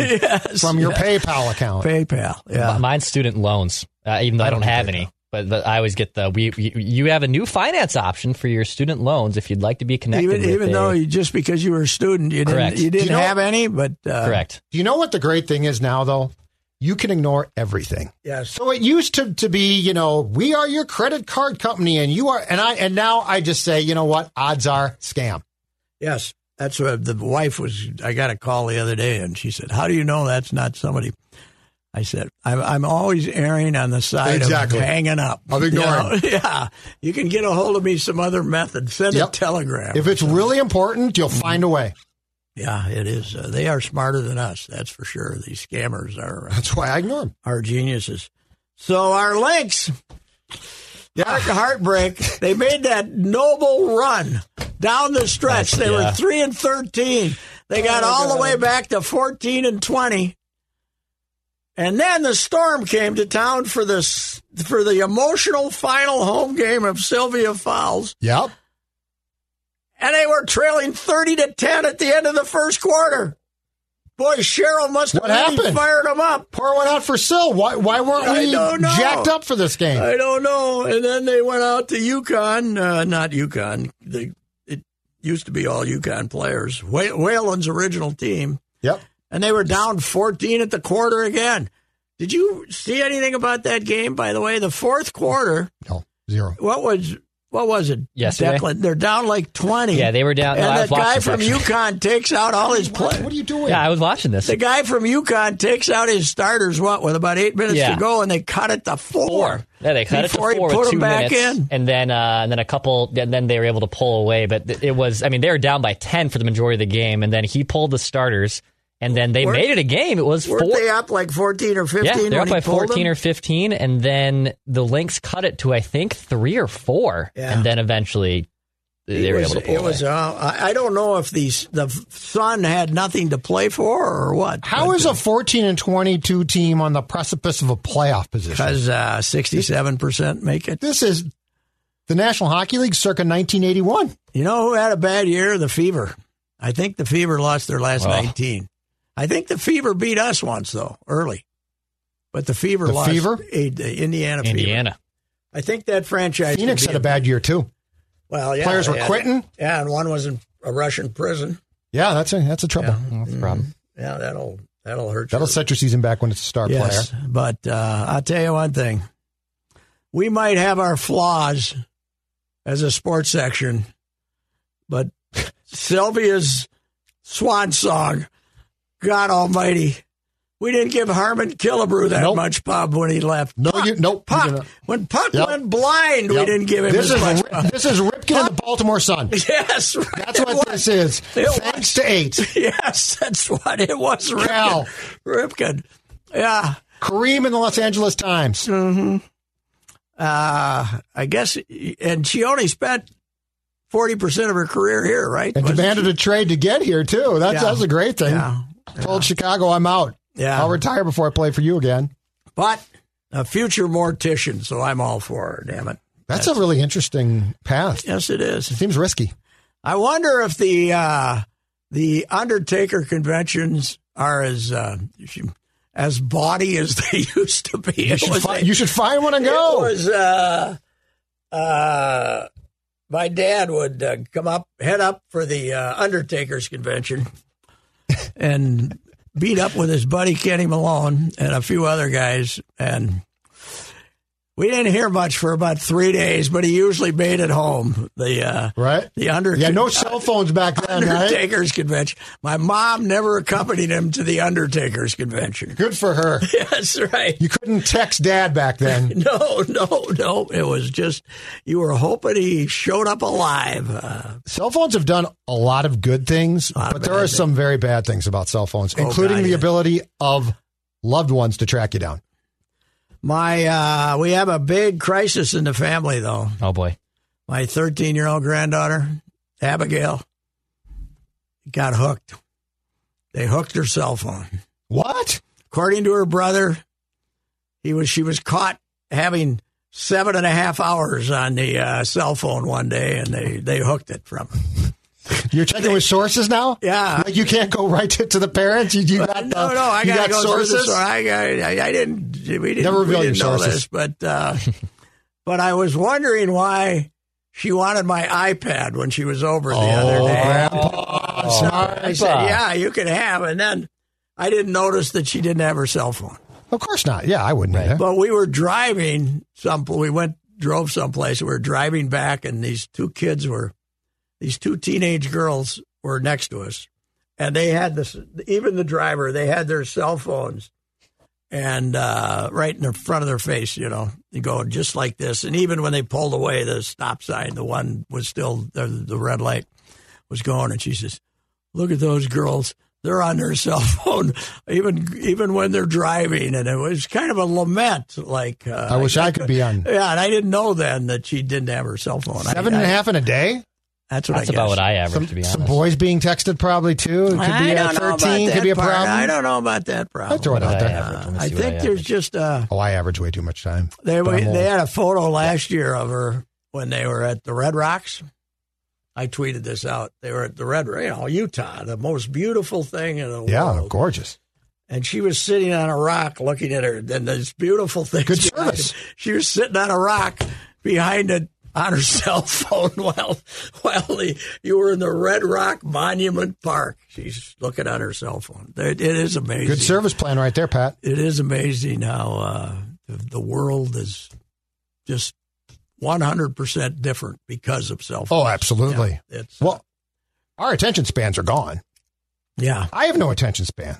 S1: Yes.
S4: from your
S1: Yes.
S4: PayPal account.
S1: PayPal. Yeah.
S5: M- Mine's student loans, uh, even though I don't, have any. But the, I always get the we. You, you have a new finance option for your student loans if you'd like to be connected.
S1: Even
S5: with
S1: even
S5: a-
S1: though you, just because you were a student, you
S5: Correct.
S1: didn't you didn't
S4: You know-
S1: have any, but uh,
S5: correct,
S4: Do you know what the great thing is now, though? You can ignore everything.
S1: Yes.
S4: So it used to, to be, you know, we are your credit card company and you are, and I, and now I just say, you know what? Odds are scam.
S1: Yes. That's what the wife was. I got a call the other day and she said, How do you know that's not somebody? I said, I'm, I'm always erring on the side
S4: Exactly.
S1: of hanging up.
S4: Of
S1: You know?
S4: ignoring.
S1: Yeah. You can get a hold of me some other method. Send
S4: Yep.
S1: a telegram.
S4: If it's really important, you'll
S1: Mm-hmm.
S4: find a way.
S1: yeah, it is. Uh, they are smarter than us. That's for sure. These scammers are, uh,
S4: That's why I ignore them.
S1: are geniuses. So our links. Heart, heartbreak. They made that noble run down the stretch.
S5: That's-
S1: they were
S5: yeah.
S1: three and thirteen. They got all the way back to fourteen and twenty, and then the storm came to town for this for the emotional final home game of Sylvia Fowles,
S4: Yep.
S1: and they were trailing thirty to ten at the end of the first quarter. Boy, Cheryl must have
S4: What
S1: really
S4: happened?
S1: fired them up.
S4: Pour one out for Sill. Why, why weren't
S1: I
S4: we
S1: don't know.
S4: jacked up for this game?
S1: I don't know. And then they went out to Yukon, uh, not Yukon. They, it used to be all Yukon players, Wh- Whalen's original team,
S4: yep.
S1: and they were down 14 at the quarter again. Did you see anything about that game? By the way, the fourth quarter,
S4: No, zero.
S1: what was what was it?
S5: Yesterday?
S1: Declan, they're down like 20.
S5: Yeah, they were down-
S1: And
S5: no, I
S1: that
S5: was watching
S1: guy
S5: this,
S1: from
S5: actually.
S1: Yukon takes out all his
S4: What, what
S1: players.
S4: are you doing?
S5: yeah, I was watching this.
S1: The guy from Yukon takes out his starters. What with about eight minutes
S5: Yeah.
S1: to go, and they cut it to four.
S5: Yeah, they cut
S1: before
S5: it
S1: he
S5: to four
S1: put
S5: with two
S1: 'em back
S5: minutes,
S1: in.
S5: and then uh, and then a couple, and then they were able to pull away. But th- it was, I mean, they were down by ten for the majority of the game, and then he pulled the starters, and then they
S1: Weren't-
S5: made it a game. It was
S1: Weren't
S5: four.
S1: they up like 14 or 15?
S5: yeah, they're
S1: when
S5: up
S1: he
S5: by
S1: pulled
S5: fourteen
S1: them?
S5: or fifteen, and then the Lynx cut it to I think three or four,
S1: Yeah.
S5: and then eventually they
S1: It
S5: were
S1: was,
S5: able to pull
S1: it was,
S5: away.
S1: uh, I I don't know if the, s- the son had nothing to play for or what.
S4: How is a 14 and 22 team on the precipice of a playoff position?
S1: Because uh, 67% make it.
S4: This is the National Hockey League circa 1981.
S1: You know who had a bad year? The Fever. I think the Fever lost their last
S5: Oh.
S1: 19. I think the Fever beat us once, though, early. But the Fever
S4: The
S1: lost.
S4: Fever?
S1: eh, the Indiana Fever.
S5: Indiana.
S1: I think that franchise.
S4: Phoenix
S1: could be
S4: had a bad year too.
S1: Well, yeah.
S4: Players were
S1: yeah.
S4: quitting.
S1: Yeah, and one was in a Russian prison.
S4: Yeah, that's a that's a trouble.
S5: That's
S1: Mm-hmm.
S5: the problem.
S1: Yeah, that'll that'll hurt.
S4: That'll
S1: your-
S4: set your season back when it's a star
S1: Yes,
S4: player.
S1: but uh, I'll tell you one thing: we might have our flaws as a sports section, but Sylvia's swan song, God Almighty, We didn't give Harmon Killebrew that
S4: Nope.
S1: much pub when he left.
S4: No,
S1: Puck,
S4: you- nope, you
S1: Puck.
S4: didn't.
S1: when Puck
S4: Yep.
S1: went blind, we
S4: Yep.
S1: didn't give him
S4: this
S1: as
S4: is
S1: much.
S4: Ri-
S1: pub.
S4: this is Ripken and the Baltimore Sun.
S1: yes, right,
S4: That's
S1: it
S4: what
S1: was.
S4: this is.
S1: It was.
S4: Thanks to eight,
S1: Yes, that's what it was. Ripken.
S4: Cal.
S1: Ripken. Yeah.
S4: Kareem in the Los Angeles Times.
S1: Mm. Uh, I guess, and she only spent 40% of her career here, right?
S4: And
S1: Was-
S4: demanded a trade to get here too. That's
S1: Yeah.
S4: that's a great thing.
S1: Yeah.
S4: Told Chicago, I'm out.
S1: Yeah.
S4: I'll retire before I play for you again.
S1: But a future mortician, so I'm all for her, damn it.
S4: That's, a really interesting path.
S1: Yes, it is.
S4: Seems risky.
S1: I wonder if the uh, the Undertaker conventions are as uh, as bawdy as they used to be.
S4: You
S1: It
S4: should,
S1: was
S4: fi-
S1: a-
S4: you should find one and go.
S1: It was uh, uh, my dad would uh, come up, head up for the uh, Undertaker's convention, and beat up with his buddy Kenny Malone and a few other guys, and we didn't hear much for about three days. But he usually made it home. The uh,
S4: Right?
S1: the Undertaker.
S4: Yeah, no cell phones back then, right?
S1: Undertaker's convention. My mom never accompanied him to the Undertaker's convention.
S4: Good for her.
S1: Yes, right.
S4: You couldn't text dad back then.
S1: No, no, no. It was just you were hoping he showed up alive. Uh,
S4: Cell phones have done a lot of good things,
S1: lot of
S4: but there
S1: bad
S4: are
S1: things.
S4: some very bad things about cell phones,
S1: Oh,
S4: including
S1: God,
S4: the
S1: yeah.
S4: ability of loved ones to track you down.
S1: my, uh, we have a big crisis in the family though.
S5: Oh boy.
S1: My 13 year old granddaughter, Abigail, got hooked. They hooked her cell phone.
S4: What?
S1: According to her brother, he was she was caught having seven and a half hours on the uh, cell phone one day, and they they hooked it from. Her.
S4: You're checking with sources now?
S1: Yeah.
S4: Like you can't go right to, to the parents. You, you got
S1: no,
S4: the,
S1: no, I
S4: you
S1: gotta
S4: got
S1: go through
S4: sources.
S1: This. I, I, I didn't. We didn't.
S4: Never
S1: we
S4: reveal your
S1: didn't know
S4: sources.
S1: this, but uh, but I was wondering why she wanted my iPad when she was over the other day.
S4: Oh, Grandpa,
S1: So
S4: sorry.
S1: I said, "Yeah, you can have." And then I didn't notice that she didn't have her cell phone.
S4: Of course not. Yeah, I wouldn't. either.
S1: But we were driving some. We went drove someplace. We were driving back, and these two kids were, these two teenage girls were next to us, and they had this. Even the driver, they had their cell phones, and uh, right in the front of their face, you know, they go just like this. And even when they pulled away, the stop sign, the one was still the, the red light was going, and she says, "Look at those girls." They're on their cell phone, even even when they're driving, and it was kind of a lament. Like uh,
S4: I wish I could be on
S1: yeah, and I didn't know then that she didn't have her cell phone. I-
S4: seven and
S1: I-
S4: a half in a day.
S1: That's what
S5: That's
S1: I
S5: about what
S1: guess.
S5: I average
S4: Some,
S5: to be honest.
S4: some boys being texted probably too. It could be
S1: I
S4: a
S1: don't know about
S4: 13. Could
S1: that
S4: be a
S1: part.
S4: problem.
S1: I don't know about that problem.
S4: throw it out
S5: What
S4: there.
S5: I average. Let me
S1: I
S5: see what
S1: think
S5: I
S1: there's
S5: average.
S1: just uh, a
S4: Oh, I average way too much time.
S1: they
S4: But
S1: were,
S4: I'm old.
S1: they had a photo last year of her when they were at the Red Rocks. I tweeted this out. They were at the Red, you know, Utah, the most beautiful thing in the
S4: yeah,
S1: world.
S4: gorgeous.
S1: and she was sitting on a rock looking at her. And this beautiful thing.
S4: Good service.
S1: She was sitting on a rock behind it on her cell phone while while the, you were in the Red Rock Monument Park. She's looking on her cell phone. It, it is amazing.
S4: Good service plan right there, Pat.
S1: It is amazing how uh, the, the world is just one hundred percent different because of cell phones.
S4: Oh, absolutely.
S1: Yeah, it's,
S4: Well, our attention spans are gone.
S1: yeah.
S4: I have no attention span.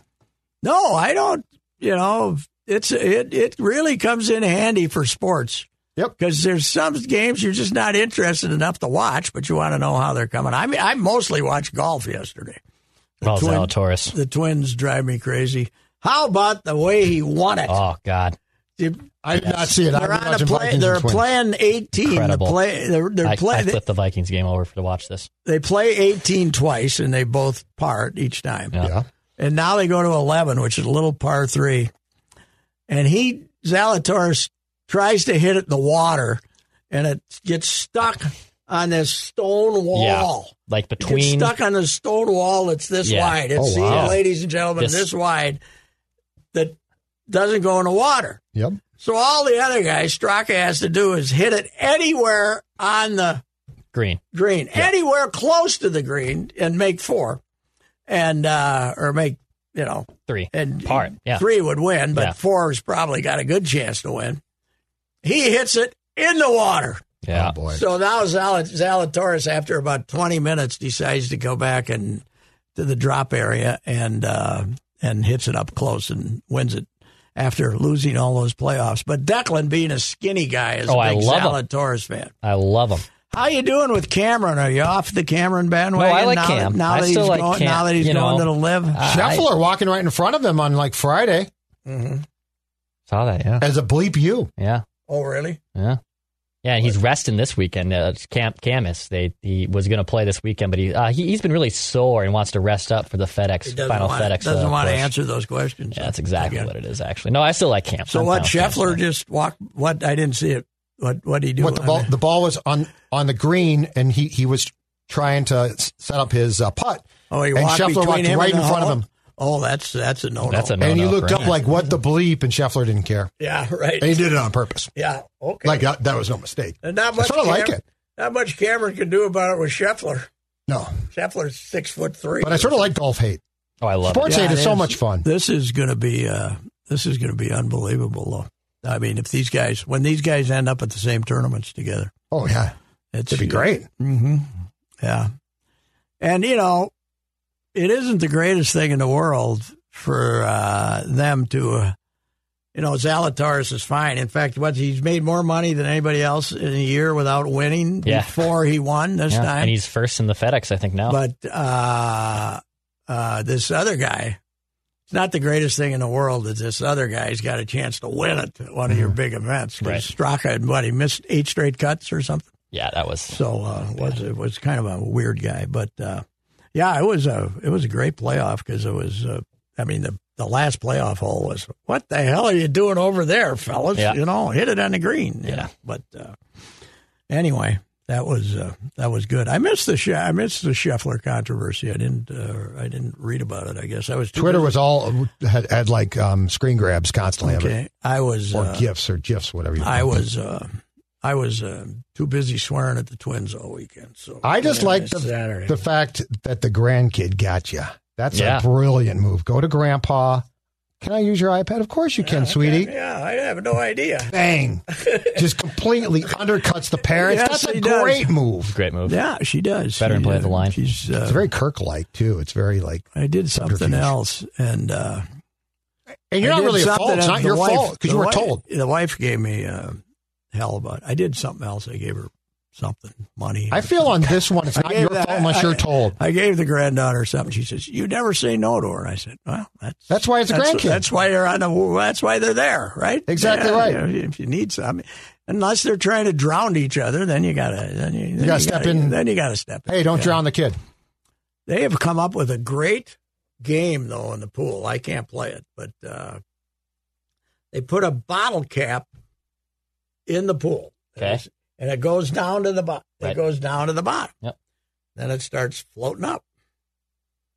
S1: No, I don't. You know, it's it it really comes in handy for sports.
S4: Yep.
S1: Because there's some games you're just not interested enough to watch, but you want to know how they're coming. I mean, I mostly watched golf yesterday.
S5: Well,
S1: twin-
S5: Zalatoris.
S1: The Twins drive me crazy. How about the way he won it?
S5: Oh God.
S1: You-
S4: I did not see it.
S1: they're
S4: I've been
S1: on a
S4: watching
S1: play.
S4: Vikings and
S1: They're
S4: Twins.
S1: playing 18.
S5: Incredible.
S1: The play, they're they're
S5: I, I
S1: playing.
S5: flipped the Vikings game over for to watch this.
S1: they play 18 twice, and they both part each time.
S5: Yeah.
S4: Yeah.
S1: And now they go to 11, which is a little par three. And he, Zalatoris, tries to hit it in the water and it gets stuck on this stone
S5: Yeah.
S1: wall.
S5: Like
S1: It gets
S5: between
S1: stuck on the stone wall that's this
S5: Yeah.
S1: wide. It's,
S4: Oh,
S1: see,
S4: wow.
S1: ladies and gentlemen,
S5: This-
S1: this wide that doesn't go in the water.
S4: Yep.
S1: So all the other guys, Straka has to do is hit it anywhere on the
S5: green.
S1: green, anywhere close to the green, and make four, and uh, or make you know
S5: Three.
S1: and
S5: Part, yeah.
S1: three would win, but
S5: Yeah.
S1: four's probably got a good chance to win. He hits it in the water.
S5: Yeah.
S4: Oh, boy.
S1: So now Zal- Zalatoris, after about 20 minutes, decides to go back and to the drop area and uh, and hits it up close and wins it after losing all those playoffs. But Declan, being a skinny guy, is
S5: Oh,
S1: a
S5: I
S1: big
S5: love him.
S1: Salad Torres fan.
S5: I love him.
S1: How you doing with Cameron? Are you off the Cameron bandwagon?
S5: No, I like
S1: now,
S5: Cam.
S1: Now
S5: I
S1: that
S5: still
S1: he's
S5: like
S1: going,
S5: Cam,
S1: now that he's
S5: you
S1: going
S5: know. Uh,
S1: to the live.
S5: I-
S4: Scheffler walking right in front of him on like Friday
S1: Mhm.
S5: Saw that, yeah.
S4: as a bleep you.
S5: Yeah,
S1: Oh, really?
S5: yeah. Yeah, and he's resting this weekend. Uh, Camp Camus, they he was going to play this weekend, but he, uh, he he's been really sore and wants to rest up for the
S1: He
S5: FedEx
S1: doesn't
S5: final
S1: want,
S5: FedEx.
S1: doesn't
S5: uh,
S1: want to
S5: push.
S1: answer those questions.
S5: Yeah, that's exactly
S1: Okay.
S5: what it is. Actually, no, I still like Camp.
S1: So
S5: I'm
S1: what?
S5: down with Cam's
S1: Scheffler
S5: plan.
S1: just walked. What? I didn't see it. What? What did he do?
S4: What the
S1: I
S4: ball?
S1: mean-
S4: The ball was on on the green, and he he was trying to s- set up his uh, putt.
S1: oh, he
S4: and
S1: walked
S4: Scheffler
S1: between
S4: walked
S1: him
S4: right
S1: and
S4: in
S1: the
S4: front of
S1: hole?
S4: him,
S1: Oh, that's that's a no.
S5: That's a no.
S4: and he
S5: no
S4: looked
S5: for
S4: up
S5: him.
S4: like what the bleep, and Scheffler didn't care.
S1: Yeah, right.
S4: And he did it on purpose.
S1: yeah, okay.
S4: Like that, that was no mistake.
S1: And not
S4: I
S1: much.
S4: sort of like
S1: Cam-
S4: it.
S1: Not much Cameron can do about it with Scheffler.
S4: No,
S1: Scheffler's six foot three.
S4: but I sort of like golf hate.
S5: Oh, I love
S4: Sports
S5: it.
S1: Yeah,
S4: hate is
S1: it
S4: so
S1: is.
S4: much fun.
S1: This is going to be uh, this is going to be unbelievable. Though, I mean, if these guys when these guys end up at the same tournaments together,
S4: Oh yeah,
S1: it's
S4: it'd be great.
S1: hmm Yeah, and you know, it isn't the greatest thing in the world for uh, them to. Uh, you know, Zalatoris is fine. In fact, what he's made more money than anybody else in a year without winning
S5: Yeah.
S1: before he won this
S5: Yeah,
S1: time.
S5: and he's first in the FedEx, I think now.
S1: But uh, uh, this other guy, it's not the greatest thing in the world that this other guy's got a chance to win it at one of your big events. 'Cause
S5: Mm. Right.
S1: Straka had what he missed eight straight cuts or something.
S5: yeah, that was
S1: So uh, was it was kind of a weird guy, but uh, yeah, it was a it was a great playoff because it was. Uh, I mean the. The last playoff hole was what the hell are you doing over there, fellas?
S5: Yeah.
S1: You know, hit it on the green. you
S5: Yeah.
S1: know. But uh, anyway, that was uh, that was good. I missed the Sche- I missed the Scheffler controversy. I didn't uh, I didn't read about it. I guess I was too
S4: Twitter
S1: busy.
S4: was all had, had like um, screen grabs constantly of it,
S1: okay. I was
S4: or
S1: uh,
S4: gifs or gifs, whatever. You
S1: I was uh, I was uh, too busy swearing at the Twins all weekend. So
S4: I just
S1: Yeah,
S4: like
S1: it's
S4: the,
S1: Saturday.
S4: the fact that the grandkid got you. That's
S5: Yeah.
S4: a brilliant move. Go to grandpa. Can I use your iPad? Of course you can, sweetie.
S1: Yeah, I have no idea.
S4: Bang. Just completely undercuts the parents.
S1: Yes,
S4: That's a
S1: he does.
S4: great move.
S5: great move.
S1: Yeah, she does.
S5: Better than
S1: She,
S5: play at the
S1: uh,
S5: line.
S1: She's. Uh,
S4: It's very Kirk like, too. It's very like,
S1: I did something
S4: subterfuge.
S1: else, and uh,
S4: and you're
S1: I
S4: not
S1: did
S4: really at
S1: something
S4: fault. It's
S1: that
S4: not
S1: the
S4: your
S1: wife-
S4: fault because
S1: the
S4: you were
S1: wife-
S4: told.
S1: The wife gave me uh, hell about. It. I did something else. I gave her something money.
S4: I feel on this one, it's
S1: I
S4: not
S1: gave
S4: your
S1: the-
S4: fault unless
S1: I-
S4: you're told.
S1: I gave the granddaughter something. She says, "You never say no to her." And I said, "Well, that's
S4: That's why it's a
S1: that's,
S4: grandkid.
S1: That's why they're on the. That's why they're there, right?
S4: Exactly
S1: Yeah,
S4: right.
S1: you know, if you need something, unless they're trying to drown each other, then you gotta then you, then
S4: gotta step in.
S1: Then you gotta step in.
S4: Hey, don't
S1: Yeah.
S4: drown the kid.
S1: They have come up with a great game though in the pool. I can't play it, but uh, they put a bottle cap in the pool.
S5: Okay.
S1: And it goes down to the bottom. It
S5: Right.
S1: goes down to the bottom.
S5: Yep.
S1: Then it starts floating up.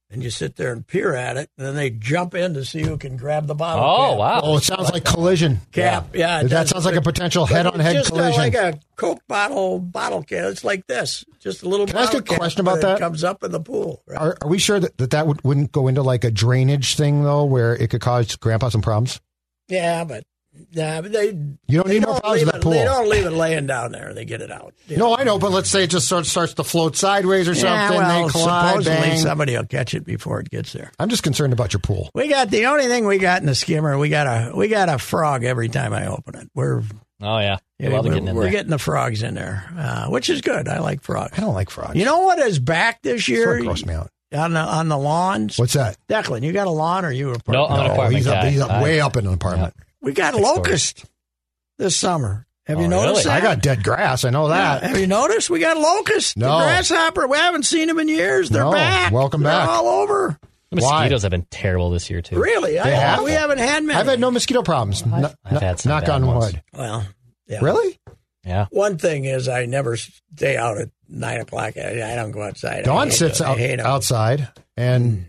S1: And you sit there and peer at it, and then they jump in to see who can grab the bottle.
S5: Oh
S1: cap.
S5: wow!
S4: Oh, it sounds like collision.
S1: Cap, yeah. it
S4: That
S1: does.
S4: sounds like a potential
S1: But
S4: head on head
S1: it's just got
S4: collision.
S1: like a Coke bottle bottle cap. It's like this, just a little.
S4: Can I ask
S1: bottle
S4: a
S1: cap,
S4: question about
S1: but it
S4: that?
S1: comes up in the pool. right?
S4: Are, are we sure that that, that would, wouldn't go into like a drainage thing though, where it could cause grandpa some problems?
S1: Yeah, but nah, but they.
S4: You don't
S1: they
S4: need no problems
S1: leave
S4: in that
S1: it-
S4: pool.
S1: They don't leave it laying down there. They get it out. you
S4: No, I know, but let's say it just sort of starts to float sideways or
S1: Yeah,
S4: something.
S1: well,
S4: they collide.
S1: supposedly
S4: bang.
S1: somebody will catch it before it gets there.
S4: I'm just concerned about your pool.
S1: We got the only thing we got in the skimmer. We got a we got a frog every time I open it. We're
S5: oh yeah, I
S1: we're,
S5: love getting in
S1: we're
S5: there.
S1: getting the frogs in there, uh, which is good. I like frogs.
S4: I don't like frogs.
S1: You know what is back this
S4: It sort
S1: year
S4: of grossed me out.
S1: on the on the lawns?
S4: What's that?
S1: Declan, you got a lawn or you were
S5: no, I'm an
S4: Oh,
S5: apartment
S4: he's up,
S5: guy.
S4: he's up
S5: I-
S4: way up in an apartment.
S1: We got
S5: Next door.
S1: locust this summer. Have you
S5: Oh,
S1: noticed
S5: really?
S1: that?
S4: I got dead grass. I know
S1: Yeah,
S4: that.
S1: Uh, Have you noticed? We got locusts.
S4: No.
S1: The grasshopper. We haven't seen them in years. They're
S4: No.
S1: back.
S4: Welcome
S1: They're
S4: back.
S1: all over.
S5: The mosquitoes have been terrible this year too.
S1: Really? I,
S4: They have?
S1: We haven't had many.
S4: I've had no mosquito problems. Kn-
S5: I've had
S4: kn-
S5: some
S4: knock
S5: bad
S4: on
S5: ones.
S4: wood.
S1: Well, yeah.
S4: Really?
S5: Yeah.
S1: One thing is, I never stay out at nine o'clock. I, I don't go outside. I
S4: Dawn
S1: hate
S4: sits
S1: it. I
S4: out,
S1: hate 'em.
S4: outside, and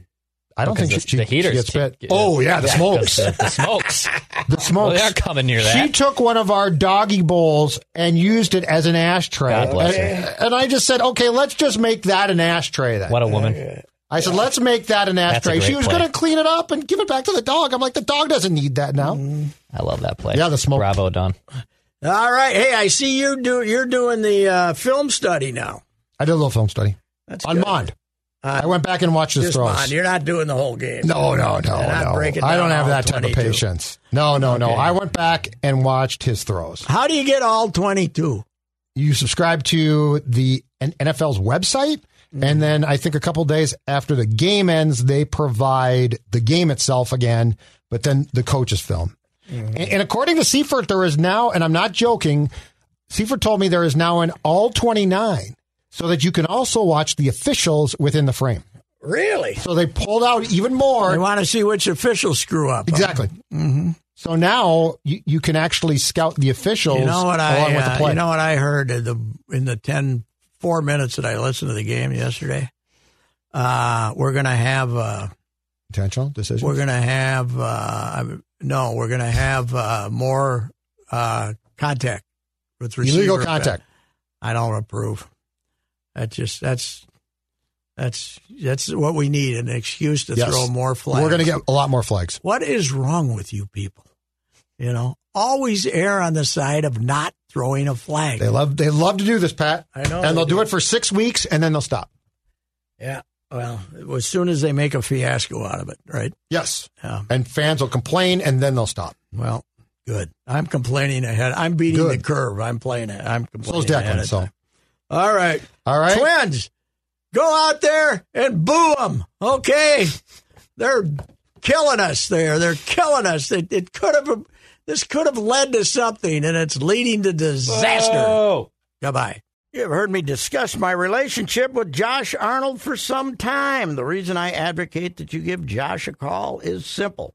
S4: I don't
S5: Hmm. Because
S4: think she,
S5: the-
S4: she,
S5: the
S4: she
S5: heaters
S4: gets
S5: take-
S4: bit. oh yeah, the smokes.
S5: The, the smokes.
S4: the
S5: Well,
S4: smokes.
S5: they are coming near that.
S4: She took one of our doggy bowls and used it as an ashtray.
S5: God bless
S4: and, and I just said, okay, let's just make that an ashtray then.
S5: what a woman.
S4: I said, let's make that an
S5: That's a
S4: ashtray.
S5: great
S4: She was
S5: play.
S4: going to clean it up and give it back to the dog. I'm like, the dog doesn't need that now.
S5: I love that play.
S4: Yeah, the smoke.
S5: Bravo, Don.
S1: All right. Hey, I see you do. You're doing the uh, film study now.
S4: I did a little film study
S1: That's
S4: on
S1: good. Uh,
S4: Mond. I went back and watched his
S1: Just
S4: throws.
S1: mind, you're not doing the whole game.
S4: No, no, no,
S1: And I'd
S4: no.
S1: break it
S4: I don't
S1: down
S4: have
S1: all
S4: that type of
S1: 22.
S4: patience. No, no, no. I went back and watched his throws.
S1: How do you get all 22?
S4: You subscribe to the N- NFL's website,
S1: Mm-hmm.
S4: and then I think a couple days after the game ends, they provide the game itself again, but then the coaches film.
S1: Mm-hmm.
S4: And, and according to Seifert, there is now, and I'm not joking, Seifert told me there is now an all 29 so that you can also watch the officials within the frame.
S1: Really?
S4: So they pulled out even more.
S1: They want Mm-hmm. to see which officials screw up. huh?
S4: Exactly. So now you, you can actually scout the officials
S1: You know what
S4: along
S1: I?
S4: with the
S1: uh,
S4: play.
S1: you know what I heard in the in the ten four minutes that I listened to the game yesterday. Uh, we're gonna have uh,
S4: Intentional decision.
S1: we're gonna have uh, no, we're gonna have uh, more uh, contact with receiver.
S4: Illegal contact.
S1: I don't approve. That just that's that's that's what we need an excuse to
S4: Yes.
S1: throw more flags.
S4: We're going to get a lot more flags.
S1: What is wrong with you people? You know, always err on the side of not throwing a flag.
S4: They love they love to do this, Pat.
S1: I know
S4: And they'll
S1: they
S4: do
S1: do.
S4: it for six weeks and then they'll stop.
S1: yeah. Well, as soon as they make a fiasco out of it, right?
S4: Yes.
S1: Yeah.
S4: And fans will complain and then they'll stop.
S1: Well, good. I'm complaining ahead. I'm beating the
S4: Good.
S1: curve. I'm playing it. I'm
S4: So
S1: complaining
S4: is
S1: ahead
S4: Declan.
S1: of
S4: So
S1: time. All right.
S4: all right.
S1: Twins, go out there and boo them. Okay. They're killing us there. They're killing us. It, it could have, this could have led to something and it's leading to disaster.
S4: Oh.
S1: Goodbye. You have heard me discuss my relationship with Josh Arnold for some time. The reason I advocate that you give Josh a call is simple